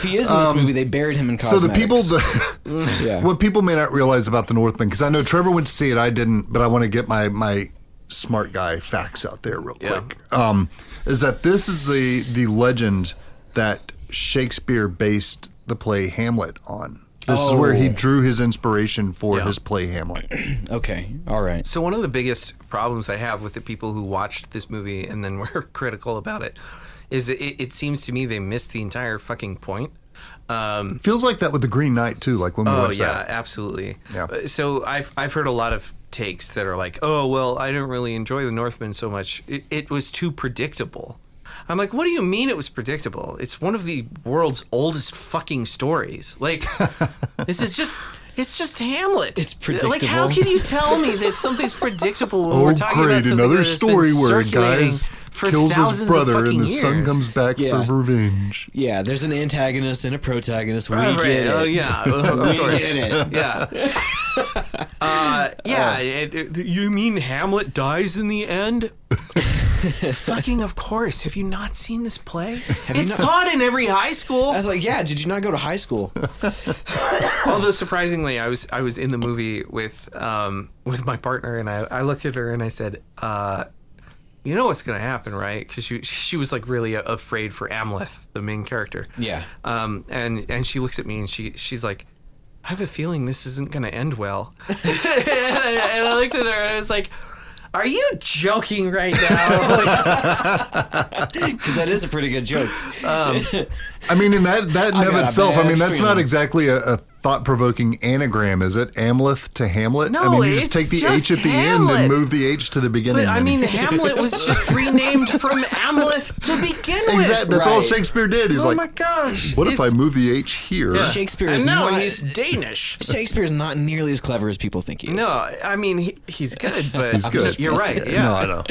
S4: he is in this movie, they buried him in
S2: So the
S4: cosmetics.
S2: people, the,
S4: Yeah.
S2: what people may not realize about the Northman, because I know Trevor went to see it, I didn't, but I want to get my my smart guy facts out there real
S3: Yeah.
S2: quick. Um, is that this is the the legend that Shakespeare based the play Hamlet on? This is where he
S4: Oh.
S2: drew his inspiration for
S3: Yeah.
S2: his play Hamlet.
S4: Okay. All right.
S3: So one of the biggest problems I have with the people who watched this movie and then were critical about it is it, it seems to me they missed the entire fucking point. Um,
S2: Feels like that with the Green Knight too. Like when we
S3: Oh
S2: watched
S3: yeah,
S2: that.
S3: absolutely.
S2: Yeah.
S3: Uh, So I've I've heard a lot of takes that are like, "Oh, well, I didn't really enjoy the Northman so much. It, it was too predictable." I'm like, "What do you mean it was predictable? It's one of the world's oldest fucking stories. Like this is just it's just Hamlet.
S4: It's
S3: Like how
S4: predictable.
S3: can you tell me that something's predictable when
S2: Oh,
S3: we're talking
S2: great!
S3: about something
S2: Another
S3: that has been
S2: story where a
S3: circulating
S2: guy's
S3: for
S2: kills his
S3: thousands of
S2: brother and
S3: fucking
S2: the son
S3: years?
S2: comes back
S4: Yeah.
S2: for revenge.
S4: Yeah. There's an antagonist and a protagonist. We
S3: Right,
S4: get it.
S3: Oh yeah, of
S4: We
S3: course.
S4: get it.
S3: Yeah. Uh, yeah.
S4: Oh.
S3: it- it- you mean Hamlet dies in the end? Fucking of course. Have you not seen this play?
S4: you
S3: it's
S4: not-
S3: taught in every high school.
S4: I was like, yeah. Did you not go to high school?
S3: Although surprisingly, I was I was in the movie with um with my partner, and I I looked at her and I said, uh, you know what's gonna happen, right? Because she she was like really a- afraid for Amleth, the main character.
S4: Yeah.
S3: Um, and and she looks at me and she she's like. I have a feeling this isn't going to end well. and, I, and I looked at her and I was like, Are you joking right now? Like,
S4: Because that is a pretty good joke.
S2: I mean, in that that in
S4: I
S2: of
S4: got a
S2: itself, I
S4: bad
S2: mean, that's not
S4: feeling.
S2: exactly a, a thought provoking anagram, is it? Amleth to Hamlet. I
S3: No,
S2: mean, you just take
S3: it's
S2: the
S3: just
S2: H at the end
S3: Hamlet.
S2: and move the H to the beginning.
S3: but I
S2: and-
S3: mean, Hamlet was just renamed from Amleth to begin with.
S2: exactly. That's all
S4: Right.
S2: Shakespeare did. He's
S3: Oh my
S2: like,
S3: gosh.
S2: what if I
S3: it's-
S2: move the H here?
S4: Shakespeare
S3: And
S4: is
S3: no,
S4: not.
S3: he's Danish.
S4: Shakespeare's not nearly as clever as people think he is.
S3: No, I mean he, he's good, but
S2: He's good.
S3: you're right.
S2: No,
S3: Yeah,
S2: I know.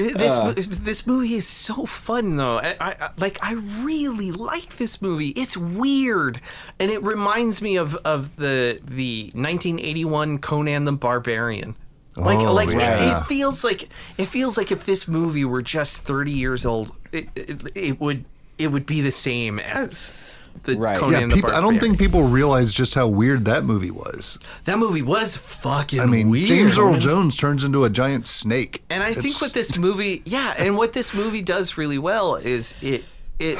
S2: Uh.
S3: this this movie is so fun though. I, I I- like I really like this movie. It's weird, and it reminds me of of the the 1981 Conan the Barbarian. Like
S2: Oh,
S3: like
S2: yeah.
S3: it feels like it feels like if this movie were just 30 years old, it it, it would it would be the same as the
S4: Right. Yeah,
S3: Conan
S2: Yeah,
S3: the
S2: people, I
S3: Barbarian.
S2: don't think people realize just how weird that movie was.
S3: that movie was fucking
S2: I mean,
S3: weird.
S2: James Earl Jones turns into a giant snake.
S3: And I think
S2: It's-
S3: what this movie, yeah, and what this movie does really well is it it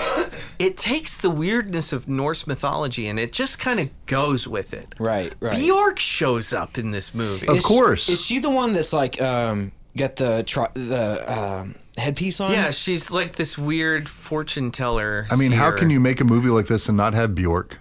S3: it takes the weirdness of Norse mythology and it just kind of goes with it.
S4: Right, right.
S3: Bjork shows up in this movie.
S2: Of course.
S4: Is she the one that's like um got the tri- the um, headpiece on?
S3: yeah, she's like this weird fortune teller.
S2: I mean, how can you make a movie like this and not have Bjork?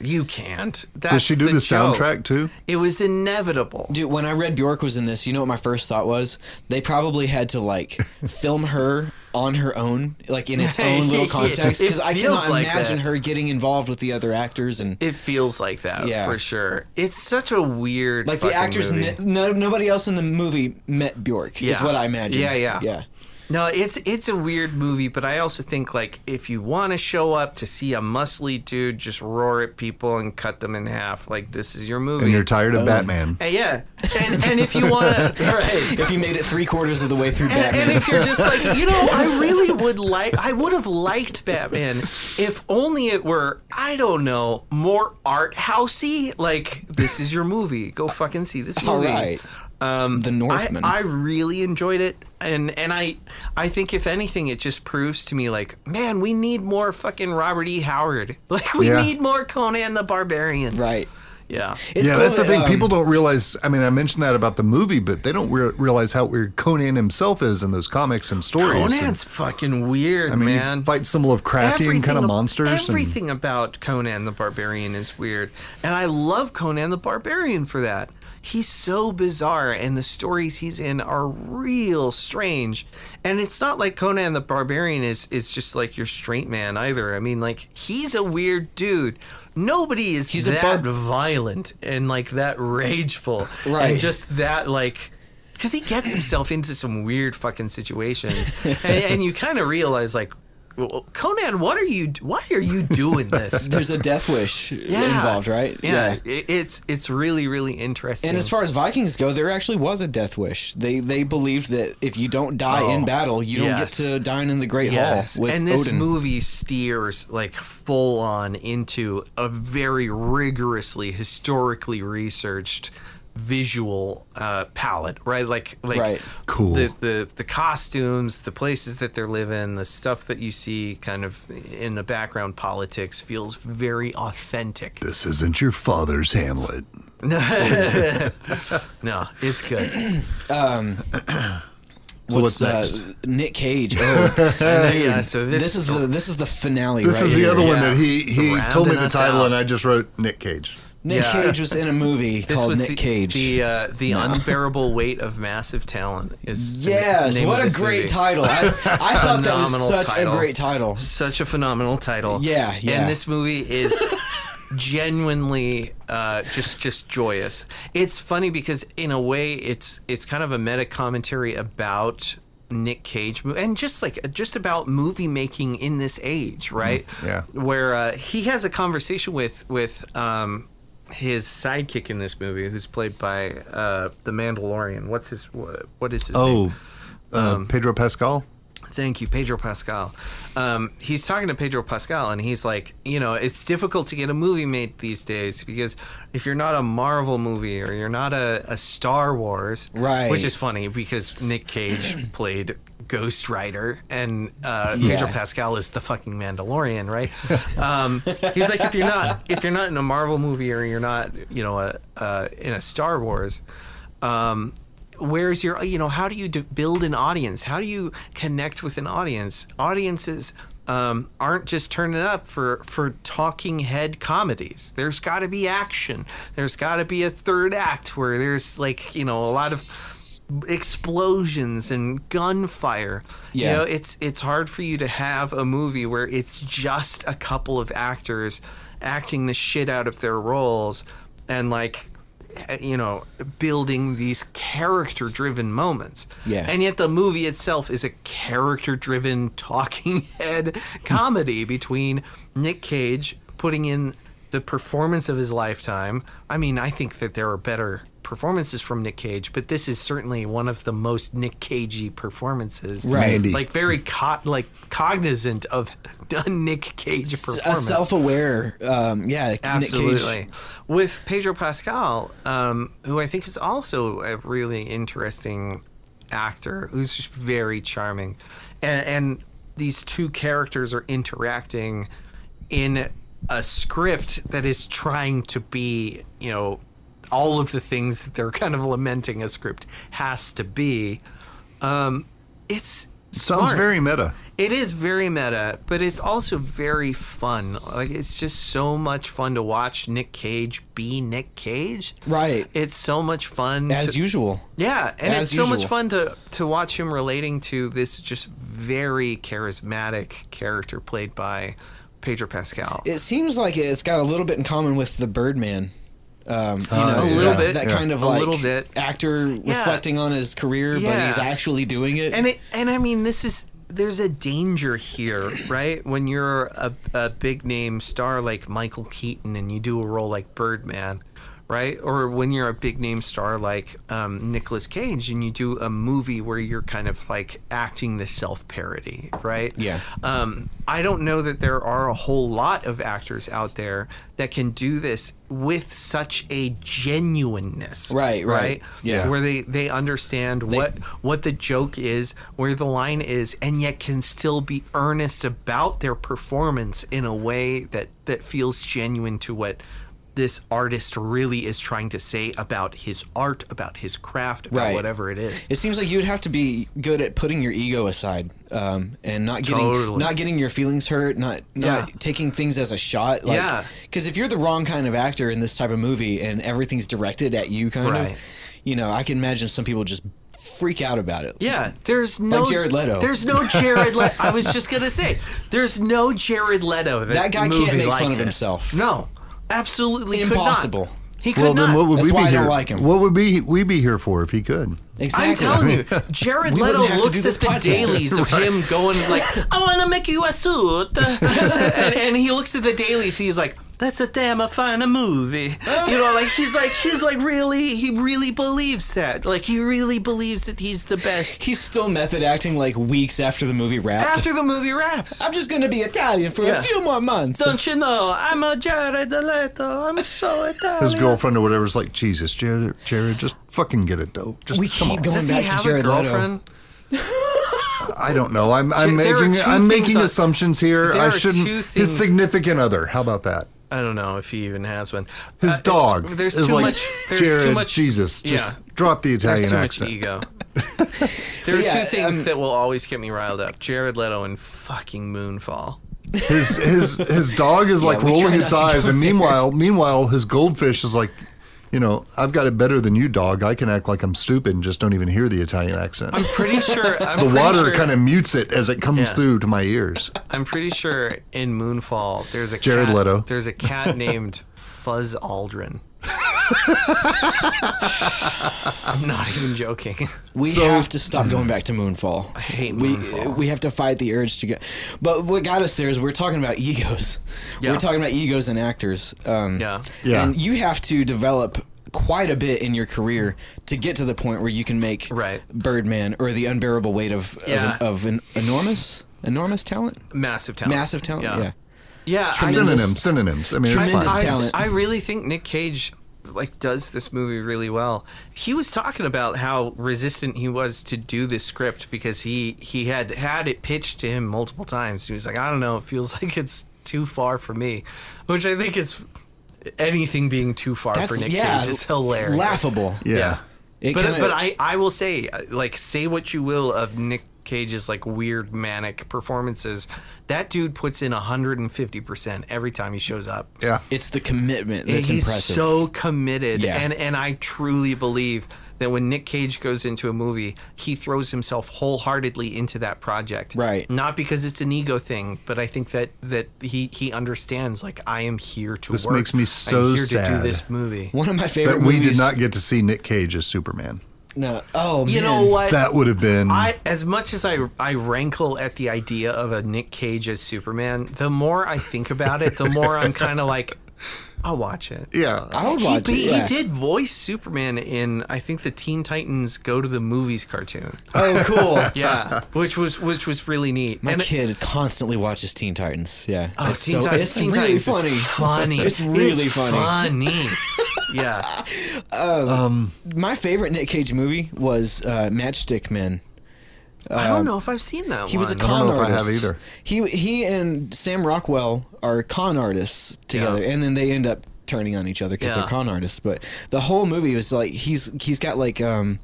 S3: You can't. That's
S2: Does she do the,
S3: joke.
S2: soundtrack too?
S3: It was inevitable.
S4: Dude, when I read Bjork was in this, you know what my first thought was? They probably had to like film her on her own, like in its own little
S3: It
S4: context, because I
S3: feels
S4: cannot
S3: like
S4: imagine
S3: that.
S4: her getting involved with the other actors and
S3: It feels like that
S4: Yeah.
S3: for sure. It's such a weird
S4: like the
S3: fucking
S4: actors.
S3: movie.
S4: N- no, nobody else in the movie met Bjork. Is
S3: Yeah.
S4: what I imagine.
S3: Yeah, yeah.
S4: yeah.
S3: No, it's it's a weird movie, but I also think like if you want to show up to see a muscly dude just roar at people and cut them in half, like this is your movie.
S2: And you're tired
S4: uh,
S2: of Batman.
S3: And yeah, and, and if you want to, right.
S4: If you made it three quarters of the way through
S3: And, and
S4: Batman,
S3: if you're just like, you know, I really would like, I would have liked Batman if only it were, I don't know, more art housey. Like, this is your movie. Go fucking see this movie.
S4: all right,
S3: Um,
S4: The
S3: I-
S4: Northman.
S3: I, really enjoyed it, and and I I think if anything, it just proves to me like, man, we need more fucking Robert E. Howard. Like we
S2: Yeah.
S3: need more Conan the Barbarian.
S4: right.
S3: Yeah.
S4: It's
S2: yeah,
S4: cool
S2: that's the
S4: that,
S2: thing.
S4: um,
S2: People don't realize. I mean, I mentioned that about the movie, but they don't re- realize how weird Conan himself is in those comics and stories.
S3: Conan's fucking weird,
S2: And, I mean, you
S3: man.
S2: fight some of crafty and kind of
S3: ab-
S2: monsters. and-
S3: Everything about Conan the Barbarian is weird, and I love Conan the Barbarian for that. He's so bizarre, and the stories he's in are real strange. And it's not like Conan the Barbarian is is just like your straight man either. I mean, like he's a weird dude. Nobody is
S4: He's a
S3: that
S4: bug-
S3: violent and like that rageful,
S4: Right.
S3: And just that like because he gets himself into some weird fucking situations, and, and you kind of realize like, well, Conan, what are you? Why are you doing this?
S4: There's a death wish involved, right?
S3: Yeah, i- it's it's really really interesting.
S4: And as far as Vikings go, there actually was a death wish. They they believed that if you don't die in battle, you don't
S3: Oh, Yes.
S4: get to dine in the great hall with
S3: and this
S4: Odin.
S3: movie steers like full on into a very rigorously historically researched visual uh, palette, right? Like like
S4: Right.
S2: Cool.
S3: The, the the costumes, the places that they're living, the stuff that you see kind of in the background politics feels very authentic.
S2: This isn't your father's Hamlet.
S3: No, it's good.
S2: So what's
S4: uh, Nick Cage. Oh, dude,
S3: yeah, so this,
S4: this, is the this is the finale.
S2: This
S4: right
S2: is the
S4: here.
S2: other one
S3: yeah.
S2: that he he
S3: Rounding
S2: told me the
S3: us
S2: title,
S3: out.
S2: and I just wrote Nick Cage.
S4: Nick
S3: Yeah.
S4: Cage was in a movie
S3: This
S4: called
S3: was
S4: Nick
S3: the,
S4: Cage.
S3: the uh, the unbearable weight of massive talent. Is the
S4: yes,
S3: name of
S4: what a
S3: this
S4: great
S3: movie.
S4: title! I, I thought that was
S3: Phenomenal
S4: such
S3: title.
S4: a great title.
S3: such a phenomenal title.
S4: Yeah, yeah.
S3: And this movie is genuinely uh, just just joyous. It's funny because in a way, it's it's kind of a meta commentary about Nick Cage mo- and just like just about movie making in this age,
S4: Mm-hmm.
S3: right?
S2: yeah.
S3: where uh, he has a conversation with with. Um, his sidekick in this movie, who's played by uh, the Mandalorian, what's his what, what is his name?
S2: Oh, uh,
S3: um,
S2: Pedro Pascal.
S3: Thank you, Pedro Pascal. Um, he's talking to Pedro Pascal, and he's like, you know, it's difficult to get a movie made these days because if you're not a Marvel movie or you're not a, a Star Wars,
S4: Right.
S3: Which is funny because Nick Cage played Ghost Rider, and uh, Pedro
S4: Yeah.
S3: Pascal is the fucking Mandalorian, right? um, he's like, if you're not if you're not in a Marvel movie or you're not, you know, a, uh, in a Star Wars, um, where's your you know how do you d- build an audience how do you connect with an audience audiences um, aren't just turning up for for talking head comedies there's got to be action there's got to be a third act where there's like you know a lot of explosions and gunfire
S4: Yeah.
S3: you know it's it's hard for you to have a movie where it's just a couple of actors acting the shit out of their roles and like you know building these character driven moments
S4: Yeah.
S3: and yet the movie itself is a character driven talking head comedy between nick cage putting in the performance of his lifetime i mean i think that there are better performances from nick cage but this is certainly one of the most nick cagey performances
S4: Right. Mandy.
S3: like very co- like cognizant of a nick cage
S4: A
S3: performance
S4: self-aware, um, yeah, Nick Cage
S3: Absolutely. With Pedro Pascal, um, who I think is also a really interesting actor, who's just very charming. And, and these two characters are interacting in a script that is trying to be, you know, all of the things that they're kind of lamenting a script has to be. Um, it's
S2: Sounds
S3: smart.
S2: very meta.
S3: It is very meta, but it's also very fun. Like it's just so much fun to watch Nick Cage be Nick Cage.
S4: Right.
S3: It's so much fun.
S4: as
S3: to,
S4: usual.
S3: yeah, and
S4: as
S3: it's so much
S4: usual.
S3: fun to to watch him relating to this just very charismatic character played by Pedro Pascal.
S4: It seems like it's got a little bit in common with the Birdman. Um, you know,
S2: a
S4: that-
S3: little bit,
S4: That
S3: Uh, yeah.
S4: kind of
S3: A
S4: like
S3: little bit.
S4: actor reflecting on his career, but
S3: Yeah.
S4: he's actually doing it.
S3: And it, and I mean, this is there's a danger here, right? When you're a, a big name star like Michael Keaton and you do a role like Birdman, right? Or when you're a big name star like um, Nicolas Cage and you do a movie where you're kind of like acting the self parody, right?
S4: Yeah.
S3: Um, I don't know that there are a whole lot of actors out there that can do this with such a genuineness,
S4: Right, right. Yeah.
S3: where they they understand what what the joke is, where the line is, and yet can still be earnest about their performance in a way that that feels genuine to what this artist really is trying to say about his art, about his craft, about
S4: Right.
S3: whatever it is.
S4: It seems like you'd have to be good at putting your ego aside um, and not getting
S3: Totally.
S4: not getting your feelings hurt, not not
S3: Yeah.
S4: taking things as a shot. Like,
S3: Yeah.
S4: Because if you're the wrong kind of actor in this type of movie and everything's directed at you, kind
S3: Right.
S4: of, you know, I can imagine some people just freak out about it.
S3: Yeah, there's no
S4: Jared Leto.
S3: There's no Jared Leto. I was just gonna say, there's no Jared Leto. That,
S4: That guy can't
S3: movie
S4: make
S3: like
S4: fun of
S3: this.
S4: himself.
S3: No, absolutely could not.
S4: Impossible.
S3: He He could
S2: well,
S3: not.
S2: then what would
S4: That's
S2: we
S4: why
S2: be
S4: I
S2: here?
S4: don't like him.
S2: What would be we be here for if he could?
S4: Exactly.
S3: I'm telling you, Jared
S4: We wouldn't
S3: Leto
S4: have to do
S3: looks
S4: this
S3: at the
S4: podcast.
S3: dailies of him going like, "I want to make you a suit," and, and he looks at the dailies. He's like, "That's a damn a fine a movie," you know. Like he's like he's like really he really believes that. Like he really believes that he's the best.
S4: He's still method acting like weeks after the movie wrapped.
S3: After the movie wraps,
S4: I'm just gonna be Italian for
S3: Yeah.
S4: a few more months.
S3: don't you know? I'm a Jared Leto. I'm so Italian.
S2: His girlfriend or whatever's like Jesus, Jared, Jared, just fucking get it though. Just
S4: We
S2: come
S4: keep
S2: on.
S4: going
S3: Does he
S4: back
S3: have
S4: to Jared
S3: a
S4: Leto.
S3: girlfriend?
S2: I don't know. I'm, I'm
S3: There are
S2: making
S3: two
S2: I'm
S3: things
S2: making
S3: I-
S2: assumptions here.
S3: There
S2: I
S3: are
S2: shouldn't.
S3: two
S2: His
S3: things-
S2: significant other. How about that?
S3: I don't know if he even has one.
S2: His
S3: Uh, it-
S2: dog
S3: There's
S2: is
S3: too
S2: like
S3: much. There's
S2: Jared,
S3: too much.
S2: Jesus. Just
S3: Yeah.
S2: drop the
S3: There's
S2: Italian
S3: too
S2: accent.
S3: much ego. there are
S4: Yeah,
S3: two things
S4: um,
S3: that will always get me riled up: Jared Leto and fucking Moonfall.
S2: His his his dog is like
S4: we try
S2: rolling its
S4: not to
S2: eyes,
S4: go
S2: and meanwhile meanwhile his goldfish is like, you know, I've got it better than you, dog. I can act like I'm stupid and just don't even hear the Italian accent.
S3: I'm pretty sure. I'm
S2: the
S3: pretty
S2: water
S3: sure,
S2: kind of mutes it as it comes
S3: Yeah.
S2: through to my ears.
S3: I'm pretty sure in Moonfall there's a
S2: Jared
S3: cat,
S2: Leto.
S3: There's a cat named Fuzz Aldrin. I'm not even joking.
S4: We
S2: So-
S4: have to stop going back to Moonfall. I
S3: hate
S4: We,
S3: Moonfall.
S4: we have to fight the urge to go. But what got us there is we're talking about egos.
S3: Yeah.
S4: We're talking about egos and actors. Um,
S3: Yeah.
S2: Yeah.
S4: And you have to develop quite a bit in your career to get to the point where you can make
S3: Right.
S4: Birdman or the unbearable weight of
S3: Yeah.
S4: of, an, of an enormous enormous talent,
S3: Massive talent.
S4: massive talent. Yeah.
S3: Yeah. I-
S2: synonyms, synonyms. I mean, it's
S4: Tremendous
S2: fine.
S4: talent.
S3: I really think Nick Cage like does this movie really well. He was talking about how resistant he was to do this script because he he had had it pitched to him multiple times. He was like, I don't know, it feels like it's too far for me, which I think is anything being too far
S4: That's
S3: for Nick
S4: yeah,
S3: Cage is hilarious.
S4: laughable.
S2: Yeah.
S4: It
S3: But
S4: kinda-
S3: but I I will say uh, like say what you will of Nick Cage's like weird manic performances. That dude puts in 150% every time he shows up.
S2: Yeah.
S4: it's the commitment
S3: And
S4: that's
S3: he's
S4: impressive.
S3: so committed,
S4: Yeah.
S3: and and I truly believe that when Nick Cage goes into a movie, he throws himself wholeheartedly into that project.
S4: Right.
S3: Not because it's an ego thing, but I think that that he he understands like I am here to
S2: This
S3: work.
S2: makes me so
S3: I'm here to do
S2: sad.
S3: this movie.
S4: one of my favorite
S2: That we
S4: movies.
S2: did not get to see Nick Cage as Superman.
S4: No. Oh,
S3: You
S4: man.
S3: know what?
S2: That would have been.
S3: I as much as I I rankle at the idea of a Nick Cage as Superman, the more I think about it, the more I'm kind of like I'll watch it.
S2: yeah.
S4: I would watch
S3: he,
S4: it.
S3: he
S4: yeah.
S3: did voice Superman in I think the Teen Titans Go to the Movies cartoon.
S4: Oh, cool.
S3: Yeah, which was which was really neat.
S4: My
S3: And it-
S4: kid constantly watches Teen Titans. Yeah,
S3: oh,
S4: it's
S3: Teen
S4: so
S3: Titans,
S4: it's
S3: Teen
S4: really
S3: Titans
S4: funny.
S3: Is funny.
S4: It's really funny.
S3: funny. yeah.
S4: My favorite Nick Cage movie was uh, Matchstick Men.
S3: I don't know if I've seen that
S4: He
S3: one.
S4: was a
S2: I
S4: con
S2: don't know if I have
S4: artist.
S2: either.
S4: He he and Sam Rockwell are con artists together,
S3: Yeah.
S4: and then they end up turning on each other because
S3: Yeah.
S4: they're con artists. But the whole movie was like he's he's got like um,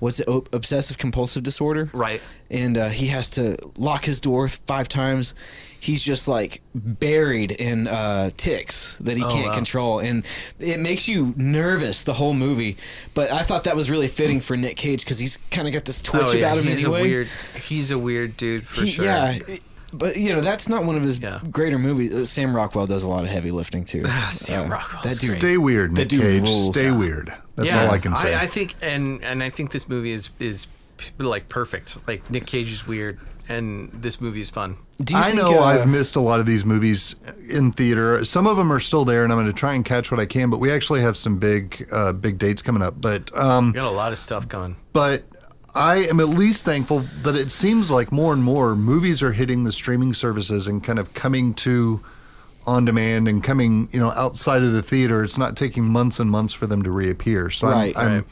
S4: what's it ob- obsessive compulsive disorder,
S3: Right.
S4: And uh, he has to lock his door five times. He's just like buried in uh, ticks that
S3: Oh,
S4: he can't control, and it makes you nervous the whole movie. But I thought that was really fitting for Nick Cage because he's kind of got this
S3: Oh,
S4: twitch
S3: yeah,
S4: about him
S3: he's
S4: anyway.
S3: a weird. He's a weird dude for
S4: He-
S3: sure.
S4: Yeah, but you know that's not one of his
S3: Yeah.
S4: greater movies. Uh, Sam Rockwell does a lot of heavy lifting too. Uh,
S3: Sam Rockwell.
S4: That dude.
S2: Stay weird, Nick
S4: That dude
S2: Cage.
S4: rules.
S2: Stay weird. That's all I can say.
S3: I, think, and and I think this movie is is p- like perfect. Like Nick Cage is weird, and this movie is fun.
S4: Do you
S2: I
S4: think,
S2: know
S4: uh,
S2: I've missed a lot of these movies in theater. Some of them are still there, and I'm going to try and catch what I can. But we actually have some big, uh, big dates coming up. But, um,
S3: We got a lot of stuff going.
S2: but I am at least thankful that it seems like more and more movies are hitting the streaming services and kind of coming to on demand and coming, you know, outside of the theater. It's not taking months and months for them to reappear. So
S4: Right,
S2: I'm, I'm,
S3: right.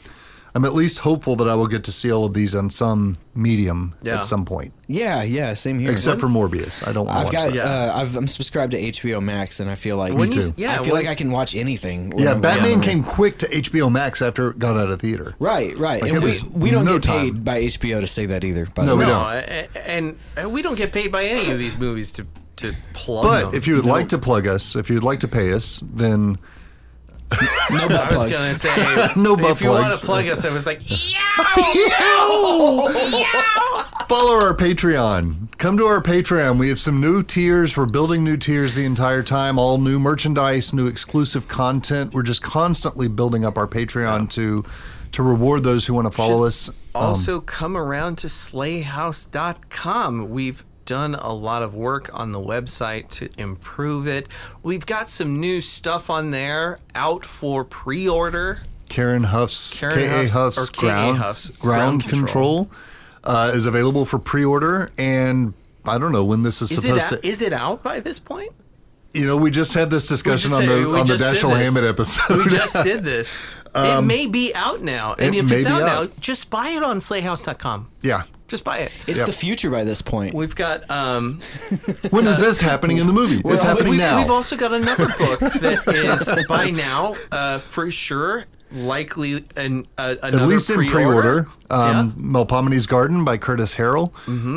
S2: I'm at least hopeful that I will get to see all of these on some medium
S3: Yeah.
S2: at some point.
S4: Yeah, yeah, same here.
S2: Except for Morbius, I don't. want
S4: I've
S2: to
S4: got.
S2: That.
S3: Yeah.
S4: Uh, I've, I'm subscribed to HBO Max, and I feel like
S3: When
S2: you- too.
S3: yeah,
S4: I feel
S3: when-
S4: like I can watch anything. when
S2: Yeah,
S4: I'm-
S2: Batman came quick to HBO Max after it got out of theater.
S4: Right, right,
S2: Like, it
S4: and we,
S2: was
S4: we don't
S2: no
S4: get paid
S2: time.
S4: by HBO to say that either. By
S2: No,
S4: the
S2: we
S4: way.
S2: don't.
S3: No, a- a- and, and we don't get paid by any of these movies to to plug
S2: But
S3: them.
S2: if you would like to plug us, if you'd like to pay us, then
S4: no
S3: I
S4: butt
S3: was
S4: plugs.
S3: gonna say
S2: No butt
S3: If you want
S2: plugs.
S3: to plug us, I was like, yeah,
S2: Follow our Patreon. Come to our Patreon. We have some new tiers. We're building new tiers the entire time. All new merchandise, new exclusive content. We're just constantly building up our Patreon to to reward those who want to follow us.
S3: also come around to sleighhouse.com. We've done a lot of work on the website to improve it. We've got some new stuff on there out for pre-order.
S2: Karen Huff's
S3: Karen
S2: KA
S3: Huff's
S2: Huff's,
S3: or KA
S2: ground,
S3: Huff's
S2: ground,
S3: Ground Control.
S2: control, uh, is available for pre-order and I don't know when this is,
S3: Is it,
S2: supposed
S3: out,
S2: to.
S3: is it out by this point?
S2: you know, we just had this discussion on
S3: just said-
S2: the
S3: we
S2: on the
S3: just said
S2: Dashiell
S3: this.
S2: Hammett episode.
S3: We just did this. it may be out now. And
S2: Um, it
S3: if
S2: may
S3: it's
S2: be
S3: out, now,
S2: out.
S3: just buy it on sleighhouse.com.
S2: yeah.
S3: Just buy it.
S4: It's the future by this point.
S3: We've got um,
S2: When is this happening in the movie? It's happening
S3: we,
S2: now.
S3: We've also got another book that is by now uh, for sure likely an uh, another
S2: at least in pre-order. Um,
S3: Yeah. Mm-hmm.
S2: Melpomene's Garden by Curtis Harrell.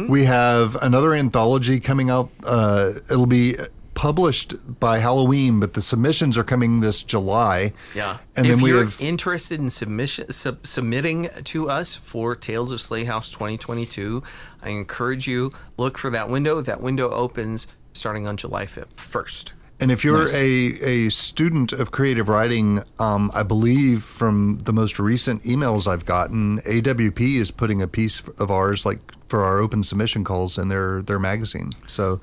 S2: We have another anthology coming out. Uh, it'll be published by Halloween, but the submissions are coming this July.
S3: Yeah.
S2: and
S3: if
S2: then we
S3: you're
S2: have
S3: interested in submission sub, submitting to us for Tales of Sleigh House 2022, I encourage you look for that window. That window opens starting on July 5th, 1st.
S2: And if you're a, a student of creative writing, um, I believe from the most recent emails I've gotten, AWP is putting a piece of ours like for our open submission calls in their their magazine. So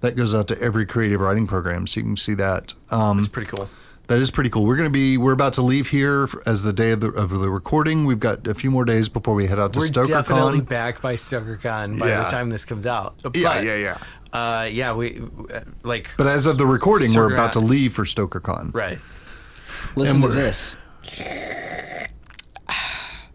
S2: that goes out to every creative writing program, so you can see that. Um,
S3: It's pretty cool.
S2: that is pretty cool. We're gonna be we're about to leave here f- as the day of the of the recording. We've got a few more days before we head out to
S6: We're definitely
S2: StokerCon.
S6: back by StokerCon by
S2: Yeah.
S6: the time this comes out.
S2: Yeah,
S3: But,
S2: yeah, yeah.
S3: Uh, yeah, we uh, like
S2: But as of the recording, we're about
S3: Stokercon.
S2: to leave for StokerCon.
S3: right.
S4: Listen to this.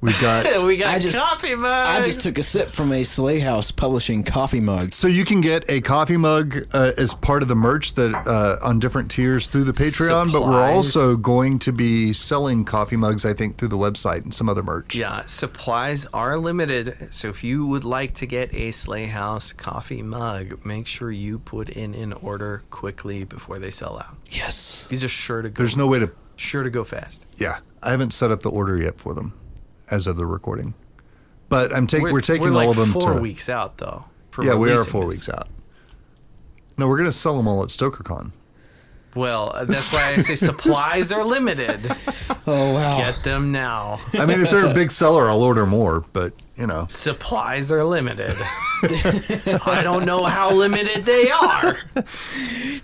S2: We've got
S3: We got
S4: I just-
S3: coffee mugs.
S4: I just took a sip from a Sleigh House Publishing coffee mug.
S2: So you can get a coffee mug uh, as part of the merch that uh, on different tiers through the Patreon, but we're
S3: Supplies.
S2: also going to be selling coffee mugs, I think, through the website and some other merch.
S3: Yeah, supplies are limited. So if you would like to get a Sleigh House coffee mug, make sure you put in an order quickly before they sell out.
S4: Yes.
S3: These are sure to go.
S2: There's no way to.
S3: sure to go fast.
S2: Yeah, I haven't set up the order yet for them, as of the recording. But I'm taking. We're, taking all
S3: like
S2: of them
S3: four
S2: to.
S3: weeks out though. from
S2: yeah, we are
S3: releasing
S2: four
S3: this.
S2: weeks out. No, we're gonna sell them all at StokerCon.
S3: Well, uh, that's why I say supplies are limited.
S4: Oh wow.
S3: Get them now.
S2: I mean, if they're a big seller, I'll order more. But you know,
S3: Supplies are limited. I don't know how limited they are.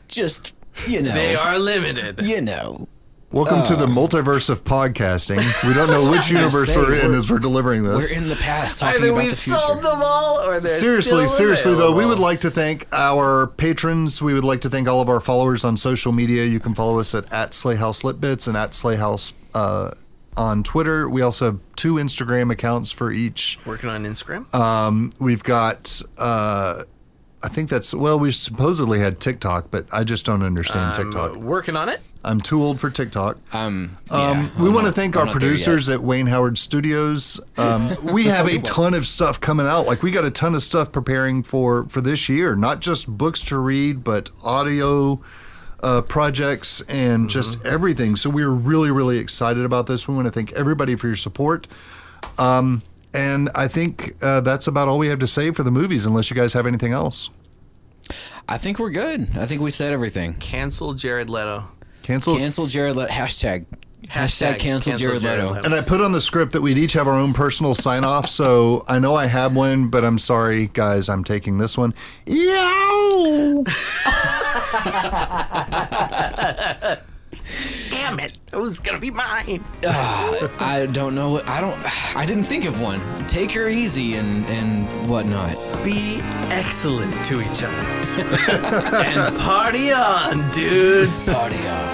S4: Just you know.
S3: They are limited.
S4: You know.
S2: welcome to the multiverse of podcasting. We don't know which universe
S4: Uh. say,
S2: we're in
S4: we're-
S2: as we're delivering this.
S4: We're in the past talking
S3: Either
S4: about
S3: we've
S4: the future.
S3: sold them all, or they're
S2: seriously,
S3: still
S2: seriously though, we
S3: available.
S2: would like to thank our patrons. We would like to thank all of our followers on social media. You can follow us at at Slayhouse Litbits and at Slayhouse uh, on Twitter. We also have two Instagram accounts for each.
S3: working on Instagram.
S2: Uh, We've got. Uh, I think that's well. We supposedly had TikTok, but I just don't understand TikTok.
S3: working on it.
S2: I'm too old for TikTok.
S4: Um,
S2: Um,
S4: yeah,
S2: we
S4: I'm
S2: want to
S4: not-
S2: thank
S4: I'm
S2: our
S4: not there yet.
S2: producers at Wayne Howard Studios. Um, we have a ton of stuff coming out. Like we got a ton of stuff preparing for for this year. Not just books to read, but audio uh, projects
S4: Mm-hmm.
S2: and just everything. So we're really really excited about this. We want to thank everybody for your support. Um, and I think uh, that's about all we have to say for the movies, unless you guys have anything else.
S4: I think we're good. I think we said everything.
S3: Cancel Jared Leto.
S2: Cancel.
S4: Cancel Jared Leto. Hashtag.
S3: Hashtag
S4: Hashtag cancel,
S3: cancel
S4: Jared,
S3: Jared
S4: Leto.
S3: Leto.
S2: And I put on the script that we'd each have our own personal sign off. So I know I have one, but I'm sorry, guys. I'm taking this one. Yow!
S3: Damn it! It was gonna be mine.
S4: Ah, I don't know. what- I don't. I didn't think of one. Take her easy and and whatnot.
S3: Be excellent to each other and party on, dudes.
S4: Audio.